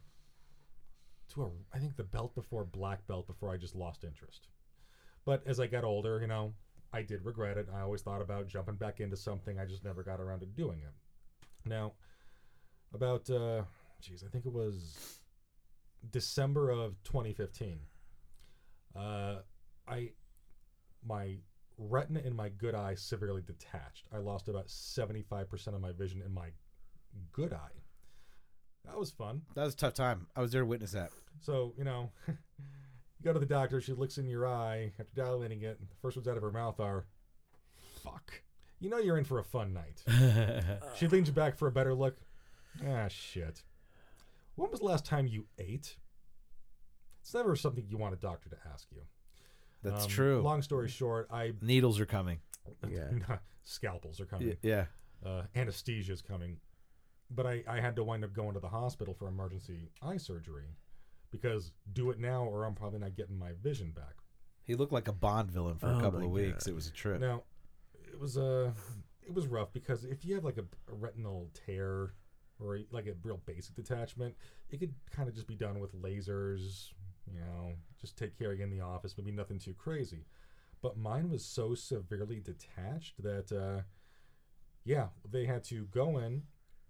to a, I think the belt before black belt before I just lost interest. But as I got older, you know, I did regret it. I always thought about jumping back into something. I just never got around to doing it. Now, about uh, geez, I think it was December of 2015. Uh, I my retina in my good eye severely detached. I lost about 75% of my vision in my good eye. That was fun. That was a tough time. I was there to witness that. So, you know, you go to the doctor, she looks in your eye, after dilating it, the first words out of her mouth are, fuck. You know you're in for a fun night. she leans you back for a better look. Ah, shit. When was the last time you ate? It's never something you want a doctor to ask you. That's Um, true. Long story short, I Needles are coming. yeah. scalpels are coming. Y- Yeah. uh, anesthesia is coming. But I, I had to wind up going to the hospital for emergency eye surgery because do it now or I'm probably not getting my vision back. He looked like a Bond villain for Oh a couple my of weeks. God. It was a trip. Now, it was uh, it was rough because if you have like a, a retinal tear or a- like a real basic detachment, it could kind of just be done with lasers, you know, just take care of it in the office, maybe nothing too crazy. But mine was so severely detached that, uh, yeah, they had to go in,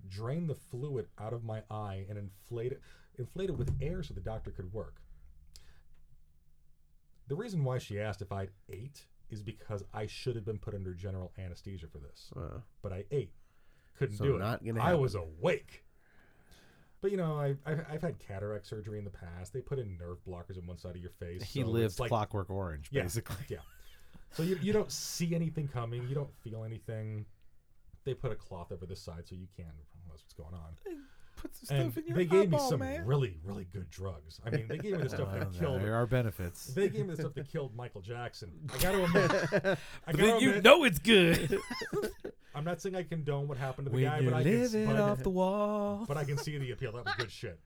drain the fluid out of my eye, and inflate it, inflate it with air so the doctor could work. The reason why she asked if I'd ate is because I should have been put under general anesthesia for this, Wow. but I ate. Couldn't So do it. not gonna I was awake. But you know, I've, I've I've had cataract surgery in the past. They put in nerve blockers on one side of your face. He so it's lived like, Clockwork Orange, Yeah. basically. Yeah. So you you don't see anything coming. You don't feel anything. They put a cloth over the side so you can't realize what's going on. Put some And they gave me some really really good drugs. I mean, they gave me the stuff that killed. there are benefits. They gave me the stuff that killed Michael Jackson. I got to admit, I But gotta then you admit, know it's good. I'm not saying I condone what happened to the when guy, you but I can, live it but- off the wall. but I can see the appeal. That was good shit.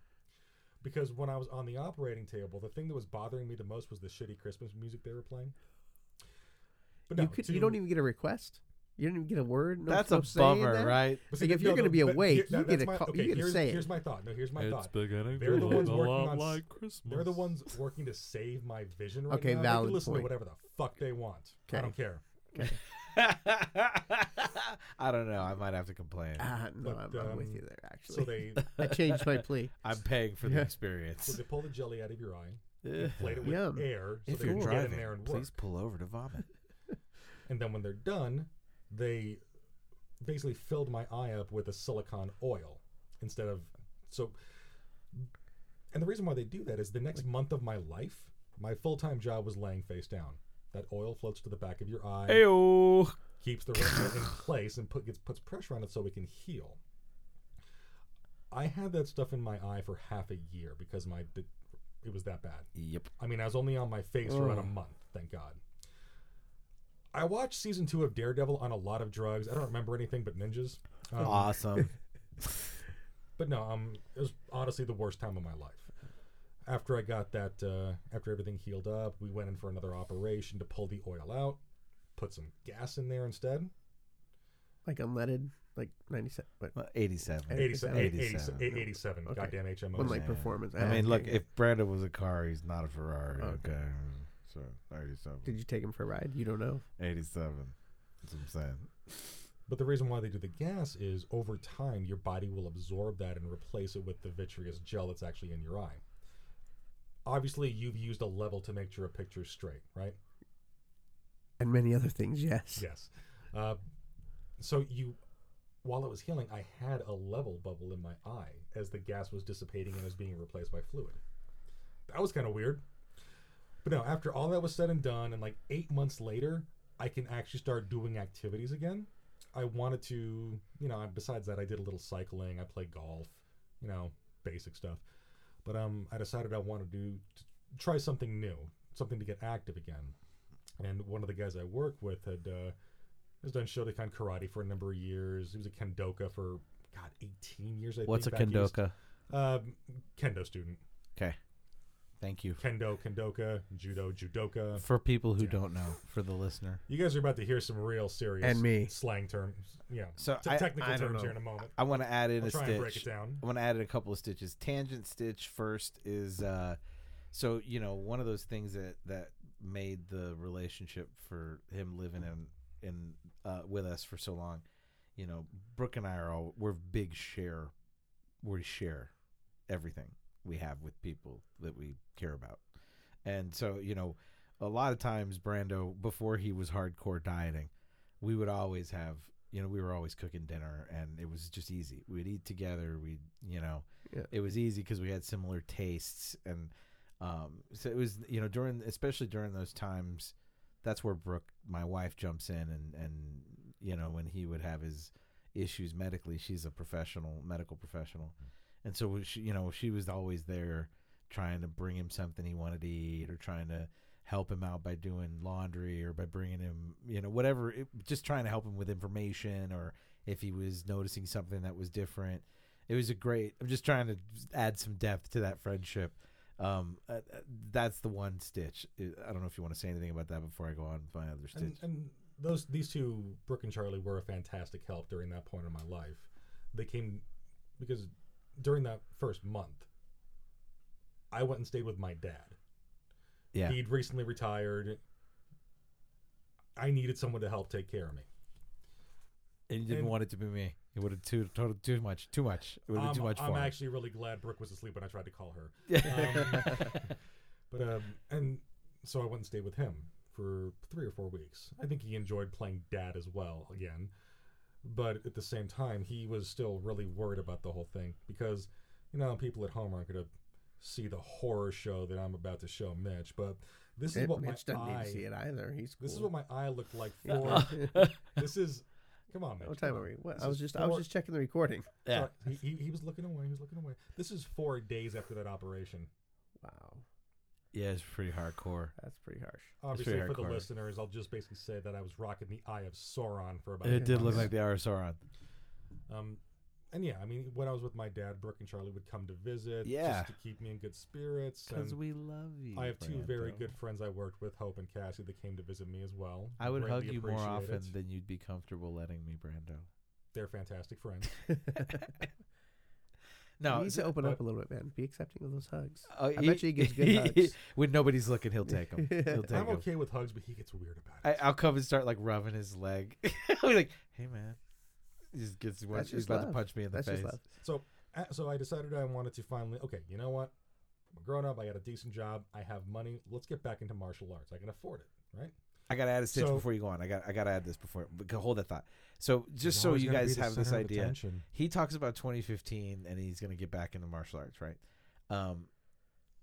Because when I was on the operating table, the thing that was bothering me the most was the shitty Christmas music they were playing. But you, could, you to- don't even get a request. You don't even get a word. No, That's no a saying bummer, that? right? But Like, if you're gonna no, be but awake, here- you get that's a my- call- you okay, get to here's, say it. Here's my thought. No, here's my thought. beginning They're the ones working on s- Christmas. They're the ones working to save my vision right Okay, now. they valid can listen point. to whatever the fuck they want. I Okay. don't care. I don't know. I might have to complain. Ah, no, But, I'm, I'm with um, you there. Actually, So they I changed my plea. I'm paying for the Yeah. so experience. they pull the jelly out of your eye, Ugh. inflate it with Yum. air, so if they you're can get in driving, there and work. please pull over to vomit. And then when they're done, they basically filled my eye up with a silicone oil instead of so. And the reason why they do that is the next month of my life, my full time job was laying face down. That oil floats to the back of your eye, Ayo. keeps the retina in place, and put, gets, puts pressure on it so it can heal. I had that stuff in my eye for half a year because my the- it was that bad. Yep. I mean, I was only on my face for about a month, thank God. I watched season two of Daredevil on a lot of drugs. I don't remember anything but ninjas. Um, Awesome. But no, um, it was honestly the worst time of my life. After I got that, uh, after everything healed up, we went in for another operation to pull the oil out, put some gas in there instead. Like unleaded, like 97. But Well, 87. 87. 87. 87. 87 Okay. Goddamn HMOs. when like performance. I Ah, mean, look, okay. if Brandon was a car, he's not a Ferrari. Okay. Okay. So 87. did you take him for a ride? You don't know. 87. That's what I'm saying. But the reason why they do the gas is over time, your body will absorb that and replace it with the vitreous gel that's actually in your eye. Obviously, you've used a level to make sure a picture's straight, right? And many other things. Yes. Yes. Uh, so you, while it was healing, I had a level bubble in my eye as the gas was dissipating and was being replaced by fluid. That was kind of weird. But no, after all that was said and done, and like eight months later, I can actually start doing activities again. I wanted to, you know. Besides that, I did a little cycling. I played golf, you know, basic stuff. But um, I decided I wanted to, to try something new, something to get active again and one of the guys I work with had uh, has done Shotokan karate for a number of years. He was a kendoka for God, eighteen years. I What's a think, back east. Kendoka? Um, kendo student, Okay. Thank you. kendo, kendoka, judo, judoka. For people who don't know, for the listener. You guys are about to hear some real serious And me. slang terms. Yeah, So T- I- technical I don't terms know. here in a moment. I want to add in I'll a try stitch. and break it down. I want to add in a couple of stitches. Tangent stitch first is uh so you know, one of those things that that made the relationship for him living in in uh with us for so long. You know, Brooke and I are all we're big share we share everything we have with people that we care about. And so, you know, a lot of times Brando before he was hardcore dieting, we would always have you know we were always cooking dinner and it was just easy we'd eat together we'd you know Yeah. it was easy because we had similar tastes and um so it was you know during especially during those times that's where brooke my wife jumps in and and you know when he would have his issues medically she's a professional medical professional and so when she you know she was always there trying to bring him something he wanted to eat or trying to help him out by doing laundry or by bringing him, you know, whatever, it, just trying to help him with information or if he was noticing something that was different. It was a great. I'm just trying to add some depth to that friendship. Um, uh, uh, that's the one stitch. I don't know if you want to say anything about that before I go on to my other stitch. And, and those these two, Brooke and Charlie, were a fantastic help during that point in my life. They came because during that first month, I went and stayed with my dad. yeah, He'd recently retired. I needed someone to help take care of me. and you didn't and- want it to be me. It would have too, too too much, too much. It would have I'm, too much I'm for him. actually really glad Brooke was asleep when I tried to call her. Um, but um, and so I went and stayed with him for three or four weeks. I think he enjoyed playing dad as well again, but at the same time, he was still really worried about the whole thing because you know, people at home aren't going to see the horror show that I'm about to show Mitch, but this is It- what my Mitch doesn't eye. need to see it either. He's cool. This is what my eye looked like for. what. this is. Come on, Mitch. what time come are we? on. What? This I was is just I was four- just checking the recording. Sorry, he, he, he was looking away. He was looking away. This is four days after that operation. Wow, yeah, it's pretty hardcore. that's pretty harsh. Obviously, very for the hardcore. listeners, I'll just basically say that I was rocking the Eye of Sauron for about. It eight did look months. like the Eye of Sauron. Um, and yeah, I mean, when I was with my dad, Brooke and Charlie would come to visit. Yeah. just to keep me in good spirits. And we love you. I have two very good friends I worked with, Hope and Cassie, that came to visit me as well. I would hug Greatly you more appreciate often it. than you'd be comfortable letting me, Brando. They're fantastic friends. No, No, you need to open but- up a little bit, man. Be accepting of those hugs. uh, I bet you he gives good hugs. when nobody's looking, he'll take them. He'll take I'm 'em. okay with hugs, but he gets weird about it. I, I'll come and start like rubbing his leg. I'll be like, "Hey, man," he just gets one. That's He's just about to love. punch me in the That's face. just love. So, uh, so I decided I wanted to finally. Okay, you know what? I'm a grown up. I got a decent job. I have money. Let's get back into martial arts. I can afford it, right? I gotta add a stitch So- before you go on. I got I gotta add this before. but go- Hold that thought. So just He's so always you gonna be guys the have this center of idea, attention. he talks about 2015 and he's gonna get back into martial arts, right? Um,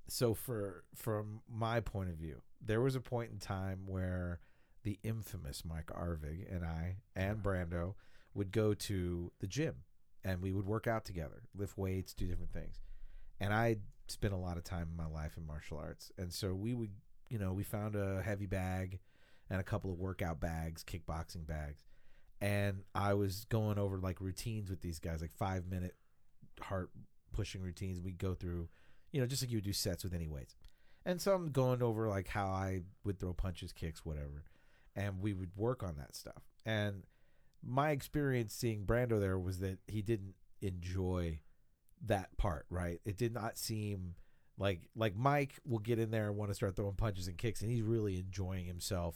so for from my point of view, there was a point in time where the infamous Mike Arvig and I and Brando would go to the gym and we would work out together, lift weights, do different things. And I spent a lot of time in my life in martial arts, and so we would, you know, we found a heavy bag and a couple of workout bags, kickboxing bags, and I was going over like routines with these guys, like five minute heart pushing routines. We would go through, you know, just like you would do sets with any weights. And so I'm going over like how I would throw punches, kicks, whatever, and we would work on that stuff. And my experience seeing Brando there was that he didn't enjoy that part, right? It did not seem like like Mike will get in there and want to start throwing punches and kicks and he's really enjoying himself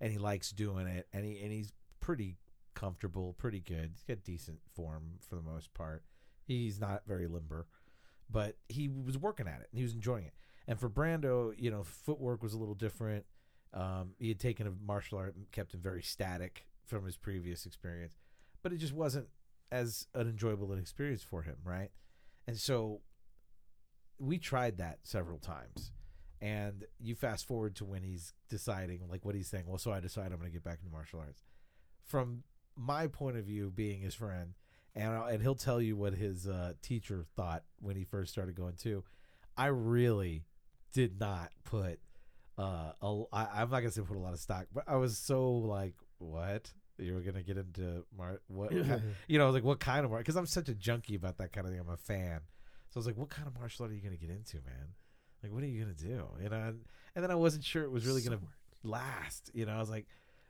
and he likes doing it and he and he's pretty comfortable, pretty good. He's got decent form for the most part. He's not very limber, but he was working at it and he was enjoying it. And for Brando, you know, footwork was a little different. Um, he had taken a martial art and kept him very static from his previous experience, but it just wasn't as an enjoyable an experience for him, right? And so we tried that several times. And you fast forward to when he's deciding, like what he's saying, well, so I decide I'm going to get back into martial arts. From my point of view, being his friend, and, and he'll tell you what his uh, teacher thought when he first started going too. I really did not put uh, a, I, I'm not gonna say put a lot of stock, but I was so like, what you're gonna get into mar- what, ki- you know, I was like what kind of martial? Because I'm such a junkie about that kind of thing. I'm a fan, so I was like, what kind of martial art are you gonna get into, man? Like, what are you gonna do? You know, and, and then I wasn't sure it was really gonna last. You know, I was like,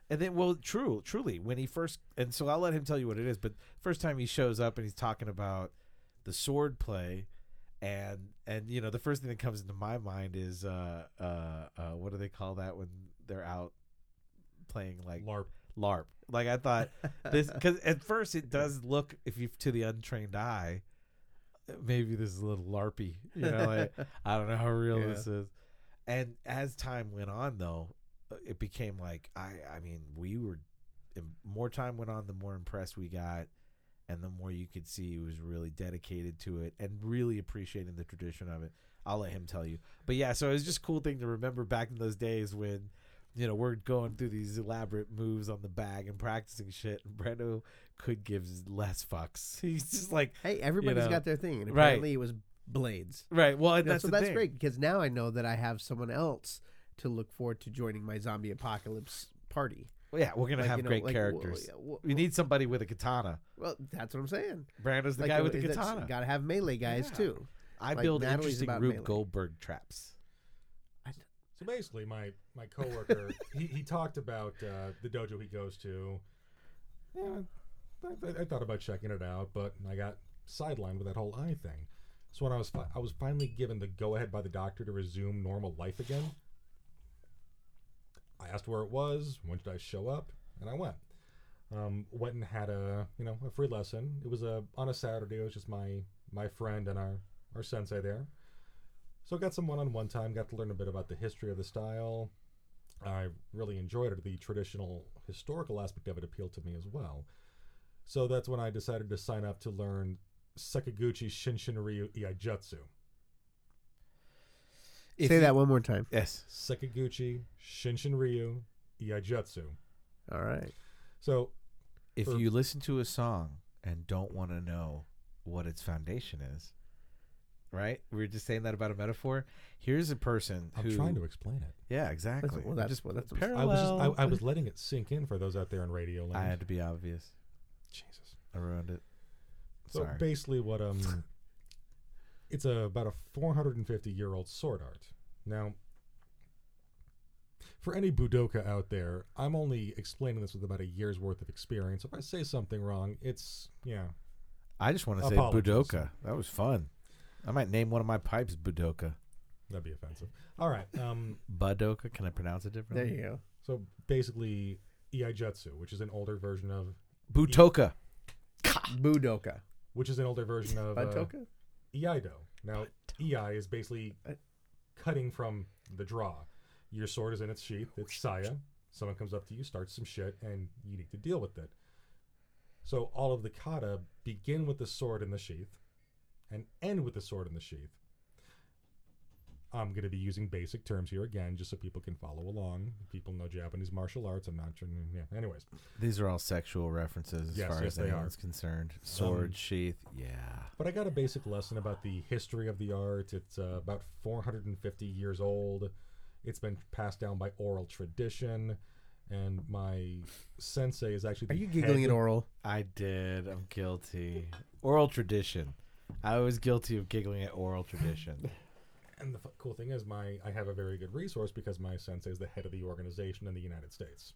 and then well, true, truly, when he first, and so I'll let him tell you what it is. But first time he shows up and he's talking about the sword play and and you know the first thing that comes into my mind is uh uh, uh what do they call that when they're out playing like LARP. larp like i thought this because at first it does look if you to the untrained eye maybe this is a little larpy you know like i don't know how real Yeah. this is and as time went on though uh, it became like i i mean we were the more time went on the more impressed we got and the more you could see he was really dedicated to it and really appreciating the tradition of it i'll let him tell you but yeah so it was just a cool thing to remember back in those days when you know, we're going through these elaborate moves on the bag and practicing shit. And Brando could give less fucks. He's just like, hey, everybody's know. got their thing, and Right. apparently it was blades. right. Well, and Yeah, that's so the that's thing. great because now I know that I have someone else to look forward to joining my zombie apocalypse party. Well, yeah, we're gonna Like, have you know, great like, w- characters. w- we need somebody with a katana. Well, that's what I'm saying. Brando's the guy with the katana. Got to have melee guys Yeah. too. I like, build Natalie's interesting about Rube melee. Goldberg traps. So basically, my my coworker he, he talked about uh, the dojo he goes to. Yeah, I, I, I thought about checking it out, but I got sidelined with that whole eye thing. So when I was fi- I was finally given the go ahead by the doctor to resume normal life again. I asked where it was, when should I show up, and I went. Um, went and had a you know a free lesson. It was a on a Saturday. It was just my my friend and our our sensei there. So I got some one-on-one time. Got to learn a bit about the history of the style. I really enjoyed it. The traditional historical aspect of it appealed to me as well. So that's when I decided to sign up to learn Sekiguchi Shinshin Ryu Iaijutsu. If Say you- that one more time. Yes. Sekiguchi Shinshin Ryu Iaijutsu. All right. So If Or- you listen to a song and don't want to know what its foundation is, right? We were just saying that about a metaphor. Here's a person I'm who. trying to explain it. Yeah, exactly. well, that's just what- that's what- I parallel. was just, I, I was letting it sink in for those out there in radio land. I had to be obvious. Jesus. I ruined it. So Sorry. basically, what um, it's a, about a 450 year old sword art. Now, for any Budoka out there, I'm only explaining this with about a year's worth of experience. If I say something wrong, it's yeah. I just want to say Apologies. Budoka. That was fun. I might name one of my pipes Budoka. That'd be offensive. All right. Um, Budoka. Can I pronounce it differently? There you go. so basically, Iaijutsu, which is an older version of, Butoka. Budoka. which is an older version of uh, Budoka? Iaido. Now, Iai is basically Uh, cutting from the draw. Your sword is in its sheath, it's Saya. Someone comes up to you, starts some shit, and you need to deal with it. So all of the kata begin with the sword in the sheath and end with the sword in the sheath. I'm going to be using basic terms here again, just so people can follow along. People know Japanese martial arts. I'm not trying. Yeah. Anyways, These are all sexual references as Yes, far yes, as they are. anyone's concerned. Sword, Um, sheath. Yeah. But I got a basic lesson about the history of the art. It's uh, about 450 years old. It's been passed down by oral tradition, and my sensei is actually. Are the you giggling head- at oral? I did. I'm guilty. Oral tradition. I was guilty of giggling at oral tradition. And the f- cool thing is, my I have a very good resource because my sensei is the head of the organization in the United States.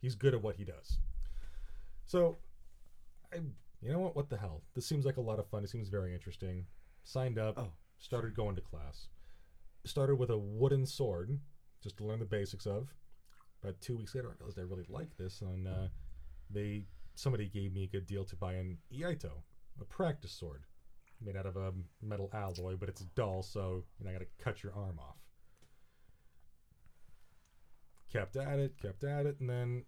He's good at what he does. So, I, you know what? What the hell? This seems like a lot of fun. It seems very interesting. Signed up. Oh, started going to class. Started with a wooden sword, just to learn the basics of. About two weeks later, I realized I really liked this, and uh, they somebody gave me a good deal to buy an iaito, a practice sword, made out of a metal alloy, but it's dull, so you know, I got to cut your arm off. Kept at it, kept at it, and then,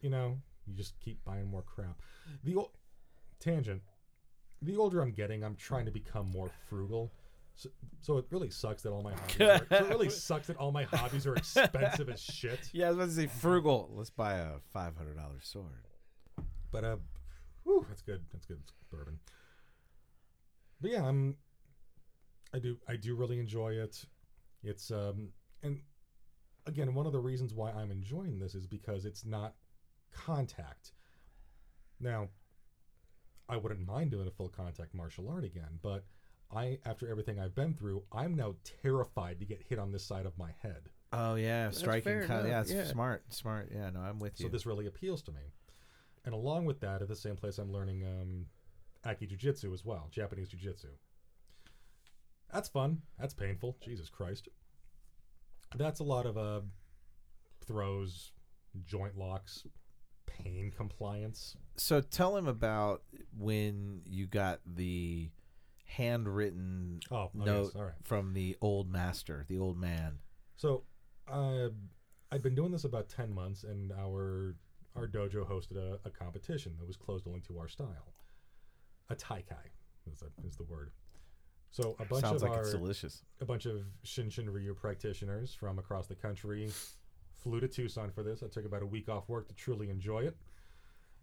you know, you just keep buying more crap. The ol tangent. The older I'm getting, I'm trying to become more frugal. So, so it really sucks that all my hobbies are, so it really sucks that all my hobbies are expensive as shit. Yeah, I was about to say frugal. Let's buy a five hundred dollar sword. But uh, whew, that's good. That's good bourbon. But yeah, I'm. I do. I do really enjoy it. It's um, and again, one of the reasons why I'm enjoying this is because it's not contact. Now, I wouldn't mind doing a full contact martial art again, but I, after everything I've been through, I'm now terrified to get hit on this side of my head. Oh yeah, striking. fair Kind yeah, enough, it's yeah. smart, smart. Yeah, no, I'm with So you. this really appeals to me. And along with that, at the same place, I'm learning um, Aki Jiu-Jitsu as well, Japanese Jiu-Jitsu. That's fun. That's painful. Jesus Christ. That's a lot of uh, throws, joint locks, pain compliance. so tell him about when you got the handwritten Oh, no. note All right. from the old master, the old man. So, uh, I've been doing this about ten months, and our our dojo hosted a, a competition that was closed only to our style. A taikai is the, is the word. So a bunch Sounds of like our it's delicious. a bunch of Shinshin Ryu practitioners from across the country flew to Tucson for this. I took about a week off work to truly enjoy it.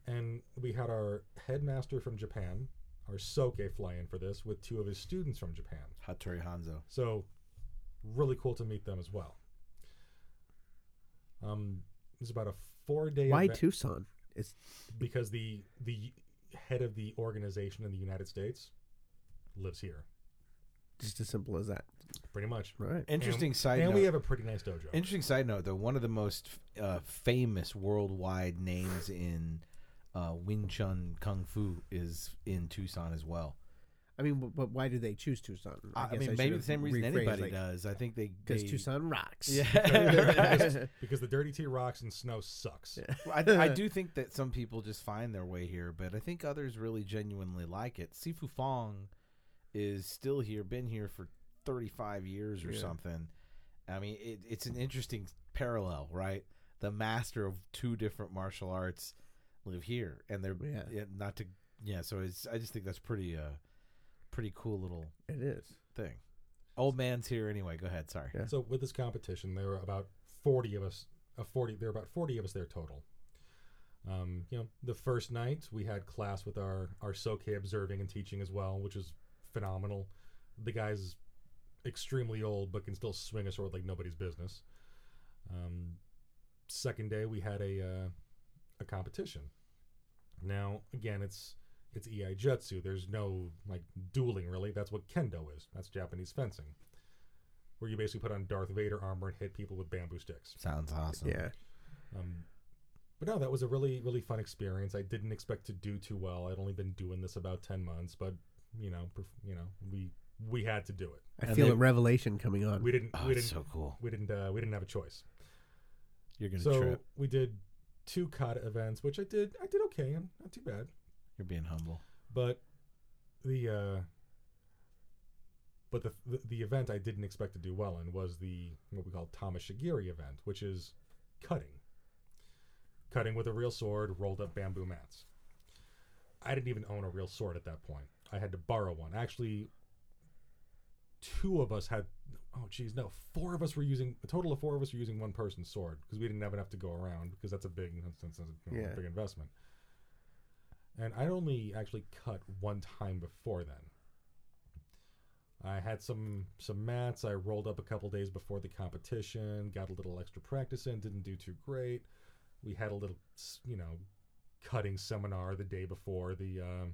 And we had our headmaster from Japan, our Soke, fly in for this with two of his students from Japan. Hattori Hanzo. So, really cool to meet them as well. Um, it's about a four-day Why event Tucson? It's because the the head of the organization in the United States lives here, just as simple as that. pretty much. All right. Interesting and, side And note. we have a pretty nice dojo. Interesting side note, though, one of the most uh, famous worldwide names in uh, Wing Chun Kung Fu is in Tucson as well. I mean, but, but why do they choose Tucson? I, guess mean, should maybe the have same reason rephrased, anybody like, does. I think they Because they- Tucson rocks. Yeah, because the dirty tea rocks and snow sucks. I, I do think that some people just find their way here, but I think others really genuinely like it. Sifu Fong is still here, been here for 35 years or Yeah. something. I mean, it, it's an interesting parallel, right? The master of two different martial arts live here, and they're Yeah. yeah, not to yeah, so it's I just think that's pretty uh pretty cool little It is. thing. Old man's here anyway. Go ahead. Sorry. Yeah. So with this competition, there were about forty of us. Uh, forty. There were about forty of us there total. Um, you know, the first night we had class with our our Soke observing and teaching as well, which is phenomenal. The guy's extremely old, but can still swing a sword like nobody's business. Um, second day we had a uh, a competition. Now again, it's it's EI Jutsu. There's no like dueling really. That's what kendo is. That's Japanese fencing where you basically put on Darth Vader armor and hit people with bamboo sticks. Sounds awesome. Yeah. Um, but no, that was a really, really fun experience. I didn't expect to do too well. I'd only been doing this about ten months, but you know, perf- you know, we we had to do it. I And feel they- a revelation coming on. We didn't, Oh, we it's didn't, so cool. we didn't, uh, we didn't have a choice. You're gonna So trip. we did two kata events, which I did, I did okay, I'm not too bad. You're being humble. But the uh, but the, the the event I didn't expect to do well in was the what we call Tamashigiri event, which is cutting. Cutting with a real sword, rolled up bamboo mats. I didn't even own a real sword at that point. I had to borrow one. Actually, two of us had. Oh, geez, no, four of us were using a total of four of us were using one person's sword because we didn't have enough to go around because that's a big that's, that's a, you know, Yeah. big investment. And I'd only actually cut one time before then. I had some some mats. I rolled up a couple days before the competition. Got a little extra practice in. Didn't do too great. We had a little, s- you know, cutting seminar the day before the um,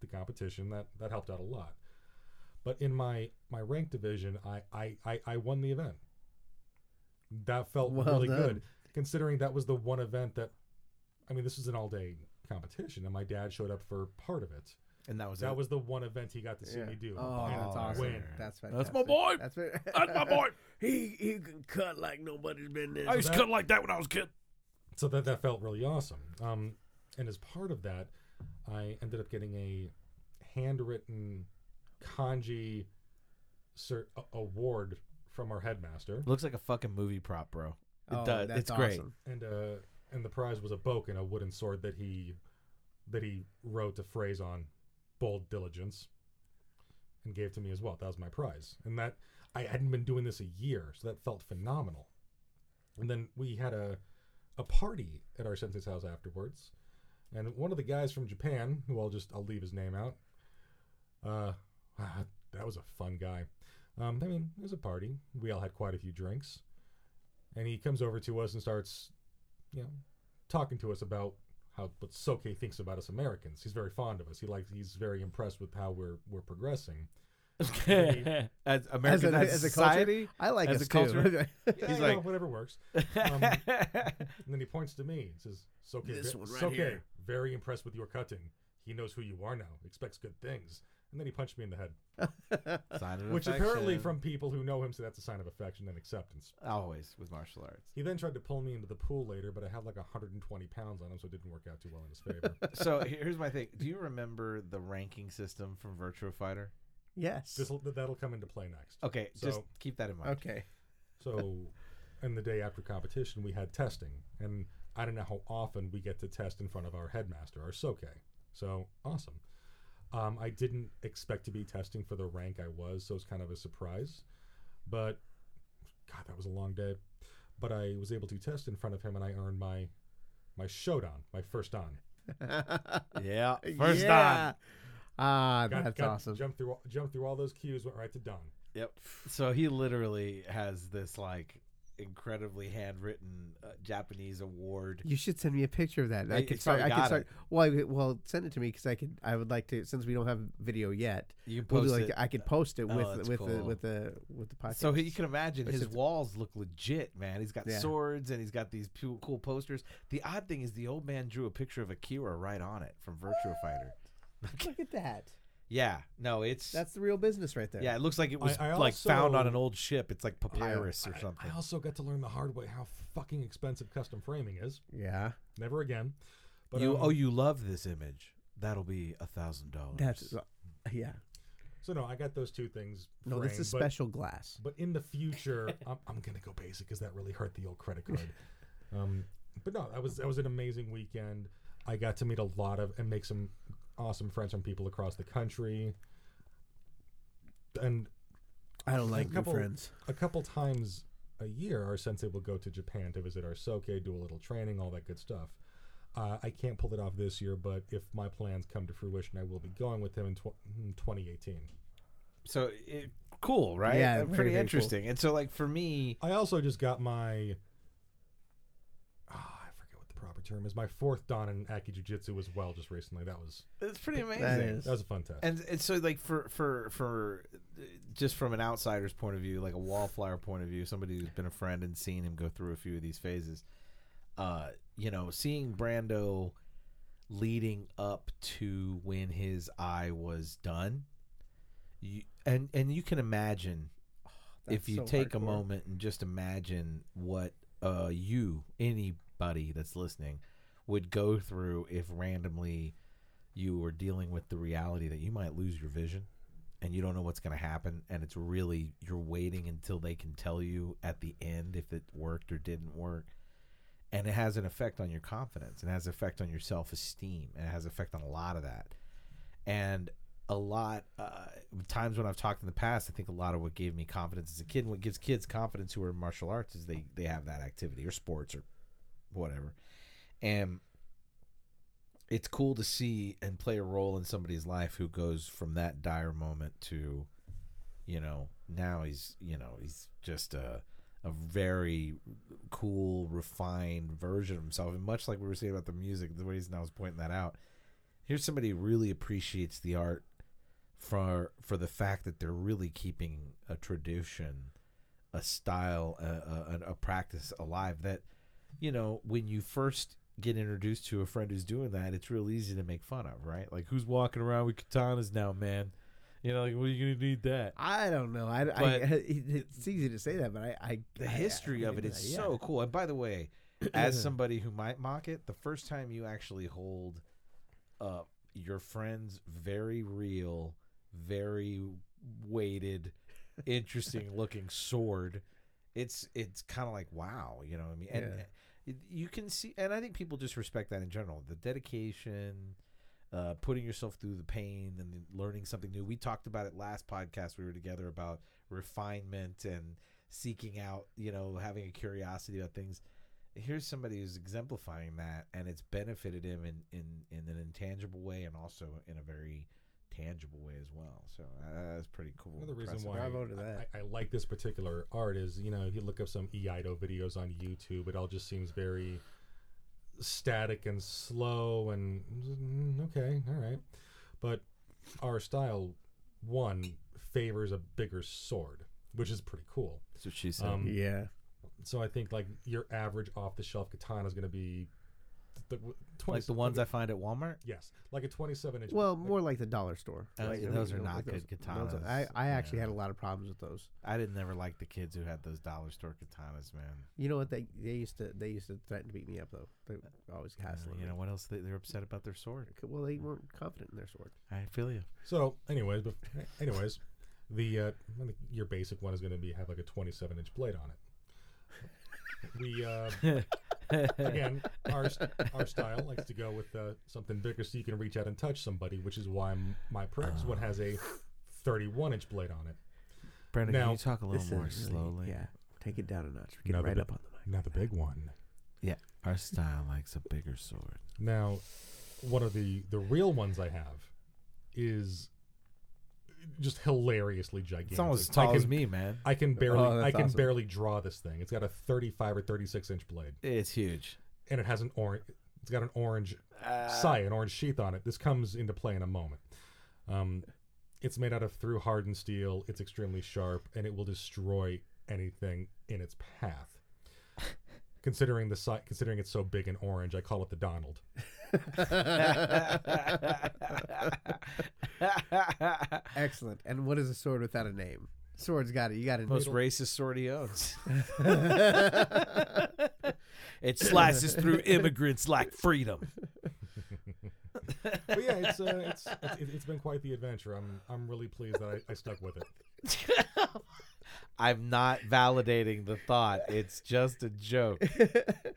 the competition. That that helped out a lot. But in my my rank division, I I I, I won the event. That felt Well really done. good, considering that was the one event that, I mean, this was an all day competition, and my dad showed up for part of it. And that was That was the one event he got to see Yeah. me do. Oh, and that's awesome. win. That's That's fantastic. my boy. That's, fa- That's my boy. he he can cut like nobody's business. I used to that- cut like that when I was a kid. so that that felt really awesome. Um, and as part of that, I ended up getting a handwritten kanji cert- a- award from our headmaster, Looks like a fucking movie prop, bro. It Oh, does. that's It's great. awesome. and uh, and the prize was a boke and a wooden sword that he that he wrote a phrase on, bold diligence, and gave to me as well. That was my prize, and that I hadn't been doing this a year, so that felt phenomenal. And then we had a a party at our sensei's house afterwards, and one of the guys from Japan, who I'll just I'll leave his name out. Uh, ah, that was a fun guy. Um, I mean, it was a party. We all had quite a few drinks, and he comes over to us and starts, you know, talking to us about how what Soke thinks about us Americans. He's very fond of us. He likes. He's very impressed with how we're we're progressing. as American as, as a culture, society, I like As us a culture, too. Yeah, He's you know, like- whatever works. Um, and then he points to me and says, Soke, This ve- one right Soke, here." very impressed with your cutting. He knows who you are now, expects good things. And then he punched me in the head, Sign of which apparently affection. from people who know him, so that's a sign of affection and acceptance. always with martial arts. He then tried to pull me into the pool later, but I have like 120 pounds on him, so it didn't work out too well in his favor. So here's my thing. Do you remember the ranking system from Virtua Fighter? yes. This'll, that'll come into play next. Okay, just So- keep that in mind. Okay. So, and the day after competition, we had testing, and I don't know how often we get to test in front of our headmaster, our soke. So awesome. Um, I didn't expect to be testing for the rank I was, so it's kind of a surprise. But God, that was a long day. But I was able to test in front of him, and I earned my my shodan, my first don. Yeah, first yeah. time. Ah, Got- that's got- awesome. Jumped through all- jumped through all those cues, went right to don. Yep. So he literally has this like incredibly handwritten uh, Japanese award. You should send me a picture of that. I I- could it's start. I already could got start. Well, I, well, send it to me because I could. I would like to since we don't have video yet. You can We'll do post like it. I could post it Oh, with that's with the cool. with the with the podcast. so he, you can imagine It's his just- walls look legit, man. He's got Yeah. swords and he's got these pu- cool posters. The odd thing is the old man drew a picture of Akira right on it from Virtua Fighter. look at that. Yeah, no, it's That's the real business right there. yeah. It looks like it I- was I like found on also- an old ship. It's like papyrus or I- something. I also got to learn the hard way how fucking expensive custom framing is. Yeah. Never again. you um, oh you love this image. That'll be a thousand dollars. That's uh, yeah. So no, I got those two things. No, this framed, is but- special glass. But in the future, I'm, I'm gonna go basic because that really hurt the old credit card. um, but no, that was that was an amazing weekend. I got to meet a lot of and make some awesome friends from people across the country. And I don't like new couple- friends. a couple times a year, our sensei will go to Japan to visit our soke, do a little training, all that good stuff. Uh, I can't pull it off this year, but if my plans come to fruition, I will be going with him in tw- in 2018. So it, cool, right? Yeah, Uh, very, pretty very cool. interesting. And so, like for me, I also just got my. ah, I forget what the proper term is. My fourth don in Aki Jiu Jitsu as well, just recently. That was it's pretty amazing. is. that was a fun test. And and so like for for for uh, just from an outsider's point of view, like a wallflower point of view, somebody who's been a friend and seen him go through a few of these phases, uh, you know, seeing Brando leading up to when his eye was done, you, and and you can imagine if That's you so take a hardcore. moment and just imagine what uh, you, anybody that's listening, would go through if randomly you were dealing with the reality that you might lose your vision and you don't know what's going to happen. And it's really, you're waiting until they can tell you at the end if it worked or didn't work. And it has an effect on your confidence. It has an effect on your self esteem. It has an effect on a lot of that and a lot uh, times when I've talked in the past, I think a lot of what gave me confidence as a kid, and what gives kids confidence who are in martial arts is they they have that activity or sports or whatever, and it's cool to see and play a role in somebody's life who goes from that dire moment to, you know, now he's you know he's just a a very cool, refined version of himself, and much like we were saying about the music, the reason I was pointing that out here's somebody who really appreciates the art for for the fact that they're really keeping a tradition a style a, a, a practice alive that you know when you first get introduced to a friend who's doing that it's real easy to make fun of right like who's walking around with katanas now man you know like what are you gonna need that I don't know. I, I, But- it's easy to say that, but I, I the I- history I- of it is yeah. so cool. And by the way, as somebody who might mock it, the first time you actually hold uh, your friend's very real, very weighted, interesting looking sword, it's it's kind of like wow, you know what I mean? And eh, Yeah. it- you can see, and I think people just respect that in general. The dedication. Uh, putting yourself through the pain and then learning something new. We talked about it last podcast we were together about refinement and seeking out, you know, having a curiosity about things. Here's somebody who's exemplifying that, and it's benefited him in in, in an intangible way, and also in a very tangible way as well. So uh, that's pretty cool. Another reason impressive. why Bravo to I- that. I, I like this particular art is, you know, if you look up some Eido videos on YouTube, it all just seems very static and slow and mm, okay, all right. But our style one favors a bigger sword, which is pretty cool. That's what she said. Um, Yeah. So I think like your average off the shelf katana is going to be the, the, 20, like the ones I find at Walmart. yes, like a 27 inch. Well, like- more like the dollar store. Uh, Like, yeah, mean, those are you know, not like those- good those are- katanas. I, I actually Yeah. had a lot of problems with those. I didn't never like the kids who had those dollar store katanas, man. You know what? They they used to they used to threaten to beat me up though. They were always hassling. Uh, you me. know what else? They, they're upset about their sword. C- Well, they weren't confident in their sword. I feel you. So, anyways, but anyways, the uh, I think your basic one is going to be have like a 27 inch blade on it. We uh, again, our st- our style likes to go with uh, something bigger so you can reach out and touch somebody, which is why m- my practice one has a 31 inch blade on it. Brandon, Now- can you talk a little This more is really- slowly? Yeah. Take it down a notch. Get Another right bit- up on the mic. Now the big one. Our style likes a bigger sword. Now, one of the the real ones I have is just hilariously gigantic. It's almost as I tall can, as me, man. I can barely Oh, that's I can awesome. barely draw this thing. It's got a 35 or 36 inch blade. It's huge. and it has an orange. It's got an orange Uh, sai, an orange sheath on it. This comes into play in a moment. Um, it's made out of through hardened steel. It's extremely sharp, and it will destroy anything in its path. considering the si- considering it's so big and orange, I call it the Donald. Excellent. And what is a sword without a name? Sword's got it. You got to Most racist sword he owns. it slices through immigrants like freedom. But yeah, it's uh, it's, it's it's been quite the adventure. I'm I'm really pleased that I, I stuck with it. I'm not validating the thought. It's just a joke.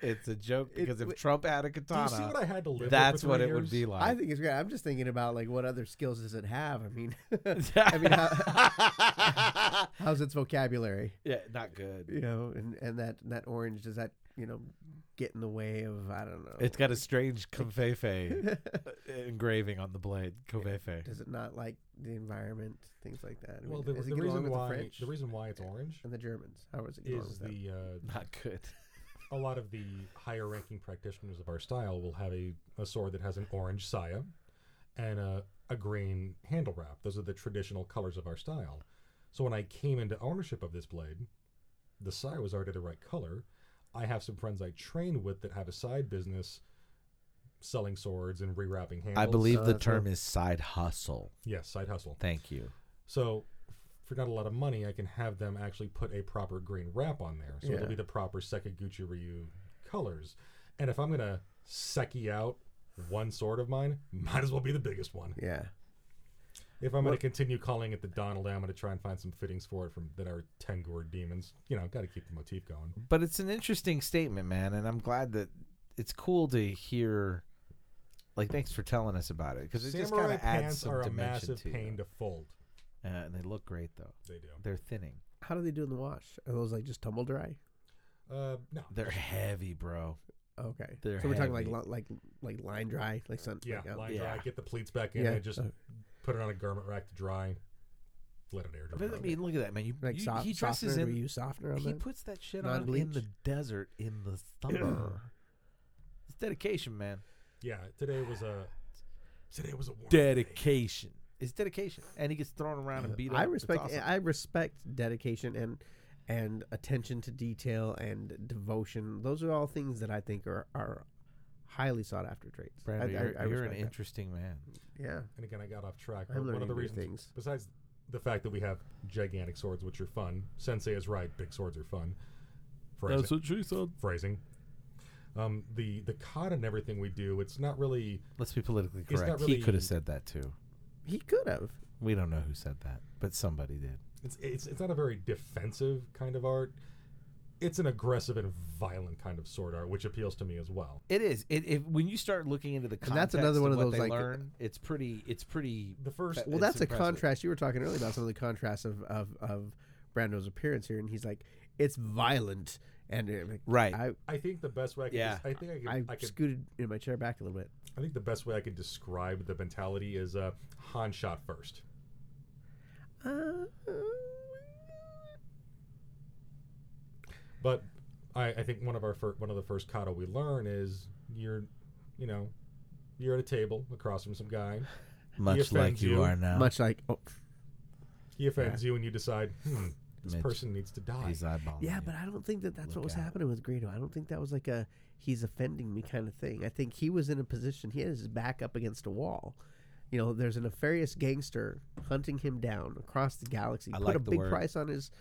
It's a joke because if w- Trump had a Do you see uh, katana, what I had to live with that's for what three it would years? be like. I think it's great. I'm just thinking about like what other skills does it have? I mean, I mean, how, how's its vocabulary? yeah, not good. You know, and and that that orange does that you know get in the way of I don't know. It's got a strange kofefe engraving on the blade. Kofefe. does it not like the environment? Things like that. I mean, Well, the, does it the get along reason with the why French the reason why it's orange and the Germans? How was it get along with is them? the uh, Not good. a lot of the higher ranking practitioners of our style will have a, a sword that has an orange saya and a, a green handle wrap. Those are the traditional colors of our style. So when I came into ownership of this blade, the saya was already the right color. I have some friends I train with that have a side business selling swords and rewrapping handles. I believe so the uh, that's what- term is side hustle. Yes, side hustle. Thank you. So for not a lot of money, I can have them actually put a proper green wrap on there. So Yeah. it'll be the proper Sekiguchi Ryu colors. And if I'm going to Seki out one sword of mine, might as well be the biggest one. yeah. If I'm going to continue calling it the Donald, I'm going to try and find some fittings for it from that are Tengor demons. You know, got to keep the motif going. But it's an interesting statement, man, and I'm glad that it's cool to hear. Like, thanks for telling us about it because it just kind Samurai of adds pants some are a dimension massive to pain it. to fold. Uh, and they look great though. They do. They're thinning. How do they do in the wash? Are those like just tumble dry? Uh, no. They're heavy, bro. Okay. They're so we're talking like heavy. li- like like line dry, like sun. Yeah, like, uh, line Yeah. Uh, dry. Get the pleats back in Yeah. and just Okay. put it on a garment rack to dry. Let it air dry. But I mean, look at that man. You, like you- soft, he dresses softener. Do we in. use softener on He that? puts that shit on in the desert in the summer. it's dedication, man. Yeah, today was a today was a warm day. Dedication. It's dedication, and he gets thrown around and beat up. I It's respect awesome. I respect dedication and and attention to detail and devotion. Those are all things that I think are are highly sought after traits. Brando, I, I- you're, I you're an respect interesting man. that. yeah. And again, I got off track. I'm One learning of the new reasons, things. besides the fact that we have gigantic swords, which are fun. Sensei is right; big swords are fun. Phrasing. what she said. phrasing. Um, the the kata and everything we do, it's not really. Let's be politically not correct. He really- could have said that too. He could have. We don't know who said that, but somebody did. It's it's it's not a very defensive kind of art. It's an aggressive and violent kind of sword art, which appeals to me as well. It is. It, if when you start looking into the context, that's another one of what those, they like- learn, it's pretty. It's pretty. The first, Well, It's that's impressive. a contrast. You were talking earlier about some of the contrasts of, of, of Brando's appearance here, and he's like, it's violent. And uh, like, Right. I, I think the best way I could, Yeah. des- I think I could, I, I could scooted in my chair back a little bit. I think the best way I could describe the mentality is uh, Han shot first. Uh, But I, I think one of our fir- one of the first kata we learn is you're, you know, you're at a table across from some guy. much like offends you, you. are now. Much like, oh, He offends you, and you decide hmm, this Mitch. person needs to die. He's eyeballing. Yeah, you. but I don't think that that's what Look was out. happening with Greedo. I don't think that was like a he's offending me kind of thing. I think he was in a position he had his back up against a wall. You know, there's a nefarious gangster hunting him down across the galaxy. I Put a like the big word. price on his.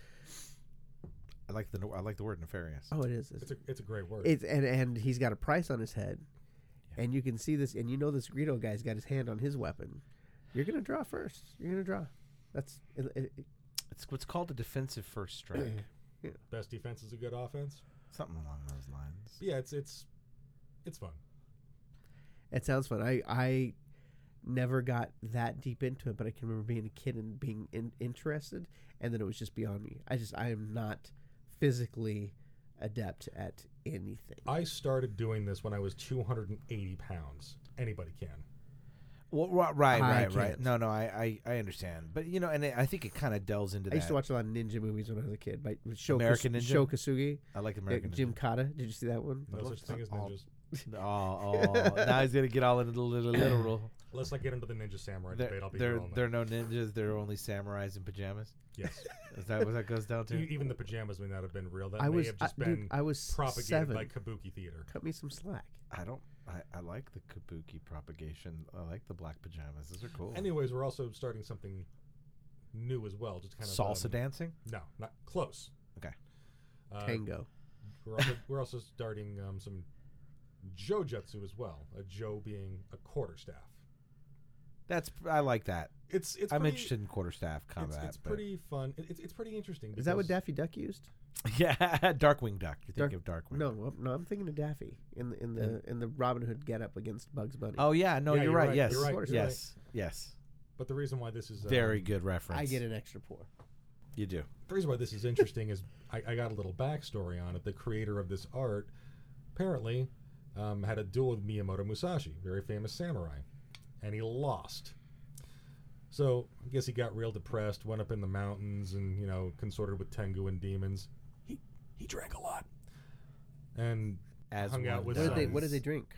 I like the I like the word nefarious. Oh, it is. It's It's, a it's a great word. it's and and he's got a price on his head, and you can see this, and you know this Greedo guy's got his hand on his weapon. You're gonna draw first. You're gonna draw. That's it, it, it- It's what's called a defensive first strike. Best defense is a good offense. Something along those lines. Yeah, it's it's it's fun. It sounds fun. I I never got that deep into it, but I can remember being a kid and being in, interested, and then it was just beyond me. I just I am not physically adept at anything. I started doing this when I was 280 pounds. Anybody can. Well, ri- I right, right, right. can't. No, no, I, I, I understand. But you know, and I think it kind of delves into I used that. to watch a lot of ninja movies when I was a kid. By Shokas- American Ninja? Shokasugi, I like American American uh, Jim Kata. Did you see that one? No such thing as ninjas. Ninja. Oh, oh, now he's gonna get all into the little literal. Let's not get into the ninja samurai There, debate. I'll be there, here all night. there are no ninjas. There are only samurais in pajamas. Yes, Is that what that goes down to? E- even the pajamas may not have been real. That I may was have I, just been dude, I was propagated seven. by kabuki theater. Cut me some slack. I don't. I, I like the kabuki propagation. I like the black pajamas. Those are cool. Anyways, we're also starting something new as well. Just kind of Salsa um, dancing. No, not close. Okay. Uh, Tango. We're also, we're also starting um, some jojutsu as well. A jo being a quarter staff. That's I like that. It's it's. I'm pretty, interested in quarterstaff It's, combat. it's but- pretty fun. It- It's, it's pretty interesting. Is that what because- Daffy Duck used? Yeah, Darkwing Duck. You think Dark- of Darkwing? No, I'm- no, I'm thinking of Daffy in the in the in the Robin Hood getup against Bugs Bunny. Oh yeah, no, you're, Yeah, you're right. right, Yes, you're right, you're right. yes, yes. But the reason why this is uh, Very good reference. I get an extra pour. You do. The reason why this is interesting is I, I got a little backstory on it. The creator of this art apparently um, had a duel with Miyamoto Musashi, very famous samurai, and he lost. So I guess he got real depressed, went up in the mountains, and you know consorted with Tengu and demons. He he drank a lot, and As Hung one out with What did they does. What did they drink?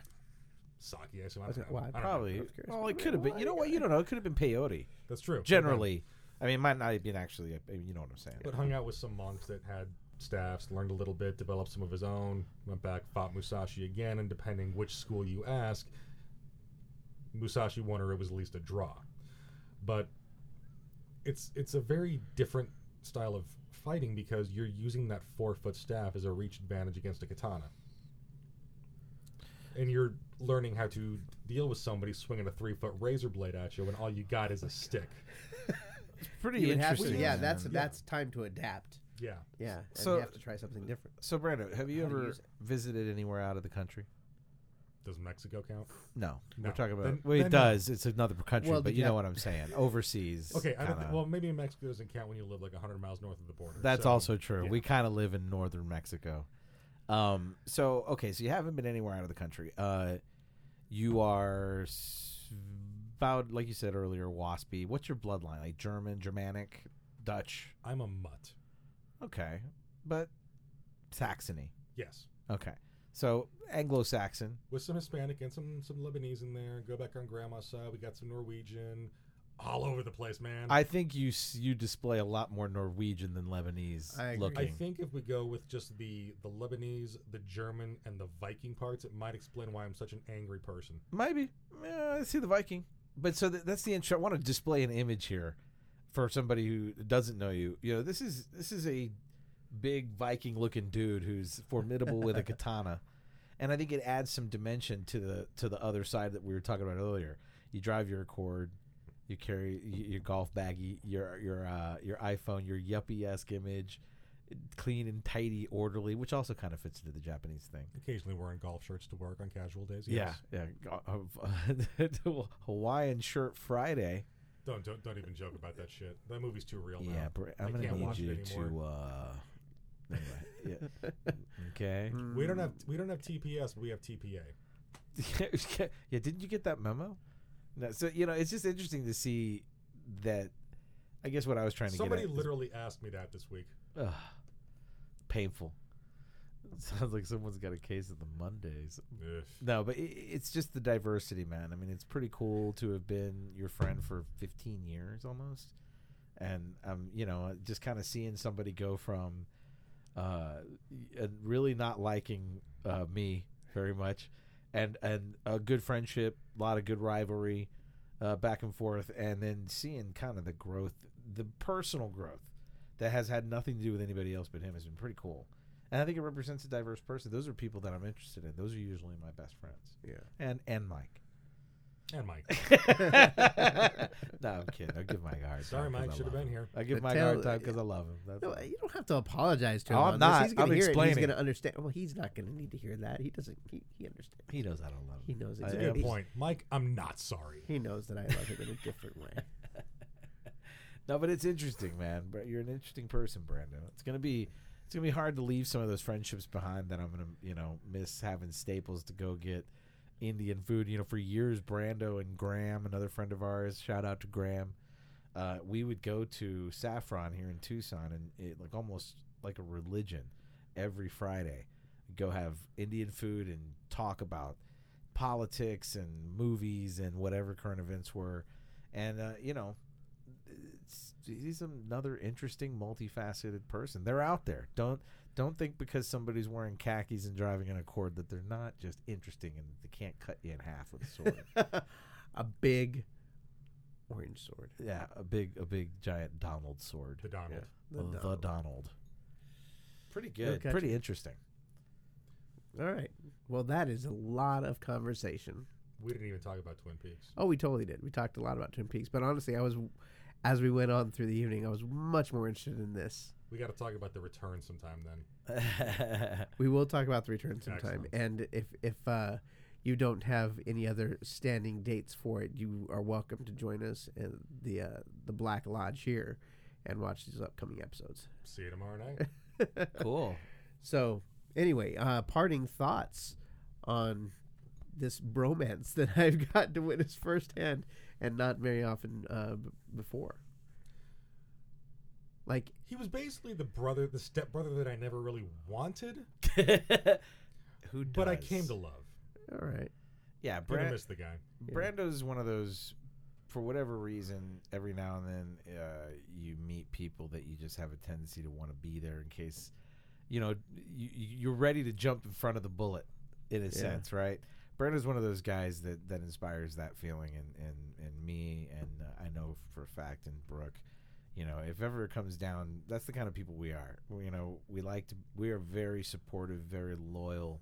sake. I assume, I Was don't it- know. well, I I don't know. Probably. I was curious. Well, it could have been. You know what? You don't know. It could have been peyote. that's true. Generally, I mean, it might not have been actually. A, you know what I'm saying? but hung out with some monks that had staffs, learned a little bit, developed some of his own, went back, fought Musashi again, and depending which school you ask, Musashi won or it was at least a draw. But it's it's a very different style of fighting because you're using that four foot staff as a reach advantage against a katana. And you're learning how to deal with somebody swinging a three foot razor blade at you when all you got is a stick. pretty You would have to- interesting. yeah, man. that's that's time to adapt. Yeah. Yeah, and So- you have to try something different. So, Brando, have you How to ever use it. visited anywhere out of the country? Does Mexico count? No, we're No. talking about. Then- well, it then- does. It's another country, Well, but did you you know have- what I'm saying. Overseas. Okay, I don't kinda- think, well, maybe Mexico doesn't count when you live like 100 miles north of the border. That's so- also true. yeah. We kind of live in northern Mexico. Um, so okay, so you haven't been anywhere out of the country. Uh, you are s- about like you said earlier, waspy. What's your bloodline? Like German, Germanic, Dutch. I'm a mutt. Okay, but Saxony. Yes, Okay, so Anglo-Saxon. with some Hispanic and some some Lebanese in there. Go back on Grandma's side. We got some Norwegian, all over the place, man. I think you s- you display a lot more Norwegian than Lebanese I agree. looking. I think if we go with just the the Lebanese, the German, and the Viking parts, it might explain why I'm such an angry person. Maybe. Yeah, I see the Viking. But so th- that's the intro. I want to display an image here for somebody who doesn't know you. You know, this is this is a big Viking looking dude who's formidable with a katana. And I think it adds some dimension to the to the other side that we were talking about earlier. You drive your Accord, you carry y- your golf baggie, your your uh, your iPhone, your yuppie esque image, clean and tidy, orderly, which also kind of fits into the Japanese thing. Occasionally wearing golf shirts to work on casual days. Yeah, Yes. yeah. go- uh, Hawaiian shirt Friday. Don't don't don't even joke about that shit. That movie's too real now. Yeah, Br- I I'm gonna can't need watch it you to. anymore. Uh, anyway, yeah. Okay. We don't have we don't have TPS, but we have TPA. Mm. yeah, didn't you get that memo? No. So you know, it's just interesting to see that. I guess what I was trying to Somebody get at is- literally asked me that this week. Ugh, painful. Sounds like someone's got a case of the Mondays. Ugh. No, but i it's just the diversity, man. I mean, it's pretty cool to have been your friend for 15 years almost, and um, you know, just kind of seeing somebody go from, uh, y- uh, really not liking uh, me very much, and and a good friendship, a lot of good rivalry, uh, back and forth, and then seeing kind of the growth, the personal growth, that has had nothing to do with anybody else but him has been pretty cool. And I think it represents a diverse person. Those are people that I'm interested in. Those are usually my best friends. Yeah. And and Mike. And Mike. no, I'm kidding. I'll give Mike a hard Sorry, time. 'cause Mike. I Should have love been him. here. I give But Mike a tell- hard time because I love him. That's No, all. you don't have to apologize to Oh, him. I'm on not. This. He's gonna I'm hear It. explaining. He's going to understand. Well, he's not going to need to hear that. He doesn't. He, he understands. he knows I don't love He him. knows I exactly. am- Good point, Mike. I'm not sorry. He knows that I love him in a different way. No, but it's interesting, man. But you're an interesting person, Brando. It's gonna be it's gonna be hard to leave some of those friendships behind that I'm gonna you know miss having Staples to go get Indian food. You know, for years Brando and Graham, another friend of ours, shout out to Graham. Uh, we would go to Saffron here in Tucson, and it like almost like a religion every Friday. Go have Indian food and talk about politics and movies and whatever current events were, and uh, you know it's, he's another interesting, multifaceted person. They're out there. Don't don't think because somebody's wearing khakis and driving an Accord that they're not just interesting and they can't cut you in half with a sword. a big orange sword. yeah, a big a big giant Donald sword. The Donald. The, Donald. Pretty good. Okay. Pretty interesting. All right. Well, that is a lot of conversation. We didn't even talk about Twin Peaks. Oh, we totally did. We talked a lot about Twin Peaks, but honestly, I was, as we went on through the evening, I was much more interested in this. We got to talk about the return sometime then. We will talk about the return sometime, Excellent. and if if uh, you don't have any other standing dates for it, you are welcome to join us in the uh, the Black Lodge here, and watch these upcoming episodes. See you tomorrow night. cool. So, anyway, uh, parting thoughts on this bromance that I've got to witness firsthand and not very often uh, b- before. Like, He was basically the brother, the stepbrother that I never really wanted, Who does? but I came to love. all right, Yeah, Gonna Brand, miss the guy. Yeah. Brando's one of those. For whatever reason, every now and then uh, you meet people that you just have a tendency to want to be there in case, you know, you, you- you're ready to jump in front of the bullet, in a sense, right? Brando's one of those guys that, that inspires that feeling, and and and me, and uh, I know for a fact, and Brooke, you know, if ever it comes down, that's the kind of people we are. We, you know, we like to, we are very supportive, very loyal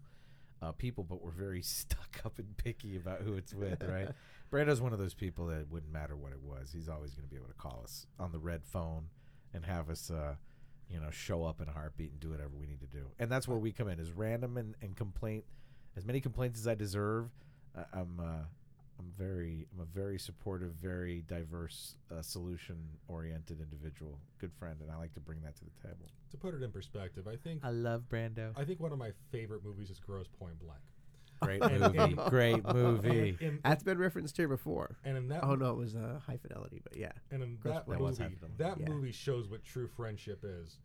uh, people, but we're very stuck up and picky about who it's with, right? Brando's one of those people that it wouldn't matter what it was. He's always going to be able to call us on the red phone and have us, uh, you know, show up in a heartbeat and do whatever we need to do. And that's where we come in, is random and, and complaint, as many complaints as I deserve. Uh, I'm, uh, I'm very, I'm a very supportive, very diverse, uh, solution-oriented individual, good friend, and I like to bring that to the table. To put it in perspective, I think I love Brando. I think one of my favorite movies is Gross Point Blank. Great movie, great movie. And, and, that's been referenced here before. and in that Oh no, it was uh, high fidelity, but yeah, and in Gross that Point Blank. That was movie, happening. that Yeah. movie shows what true friendship is.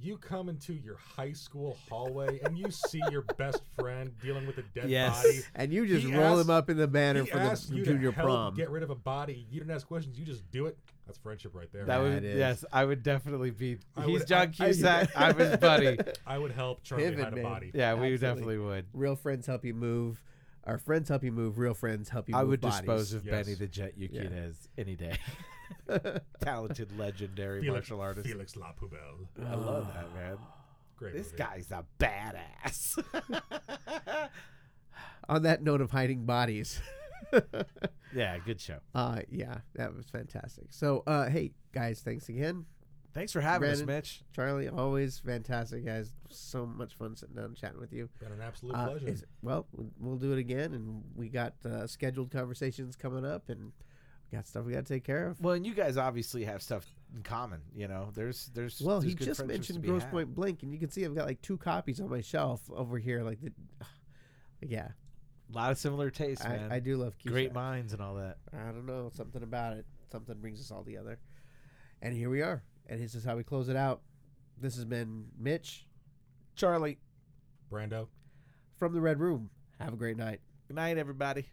You come into your high school hallway and you see your best friend dealing with a dead Yes. body. and you just He roll asked- him up in the banner He for asked the you junior to help prom. get rid of a body. You didn't ask questions. You just do it. That's friendship right there. That Yeah, would it is. yes, I would definitely be. I he's would- John I- I- Cusack. I'm his buddy. I would help Charlie Pivot, hide a man. body. Yeah, we Absolutely. definitely would. Real friends help you move. Our friends help you move. Real friends help you. I move would bodies. dispose of Benny Yes. the Jet Yukinez any day. Talented, legendary Felix, martial artist. Felix LaPoubelle. I love that man. Great. This movie. guy's a badass. On that note of hiding bodies. yeah, good show. Uh, yeah, that was fantastic. So, uh, hey guys, thanks again, Thanks for having us, Brandon. Mitch. Charlie. Always fantastic, guys. So much fun sitting down and chatting with you. Been an absolute Uh, pleasure. is- well, we- we'll do it again, and we got uh, scheduled conversations coming up, and we got stuff we got to take care of. Well, and you guys obviously have stuff in common. You know, there's there's Well, there's he good just friendships to mentioned be Gross had. Point Blank, and you can see I've got like two copies on my shelf over here. Like, the, yeah, A lot of similar tastes, man. I, I do love Cusack. great minds and all that. I don't know. Something about it. Something brings us all together. And here we are. And this is how we close it out. This has been Mitch Charlie, Brando. from the Red Room. Have a great night. good night, everybody.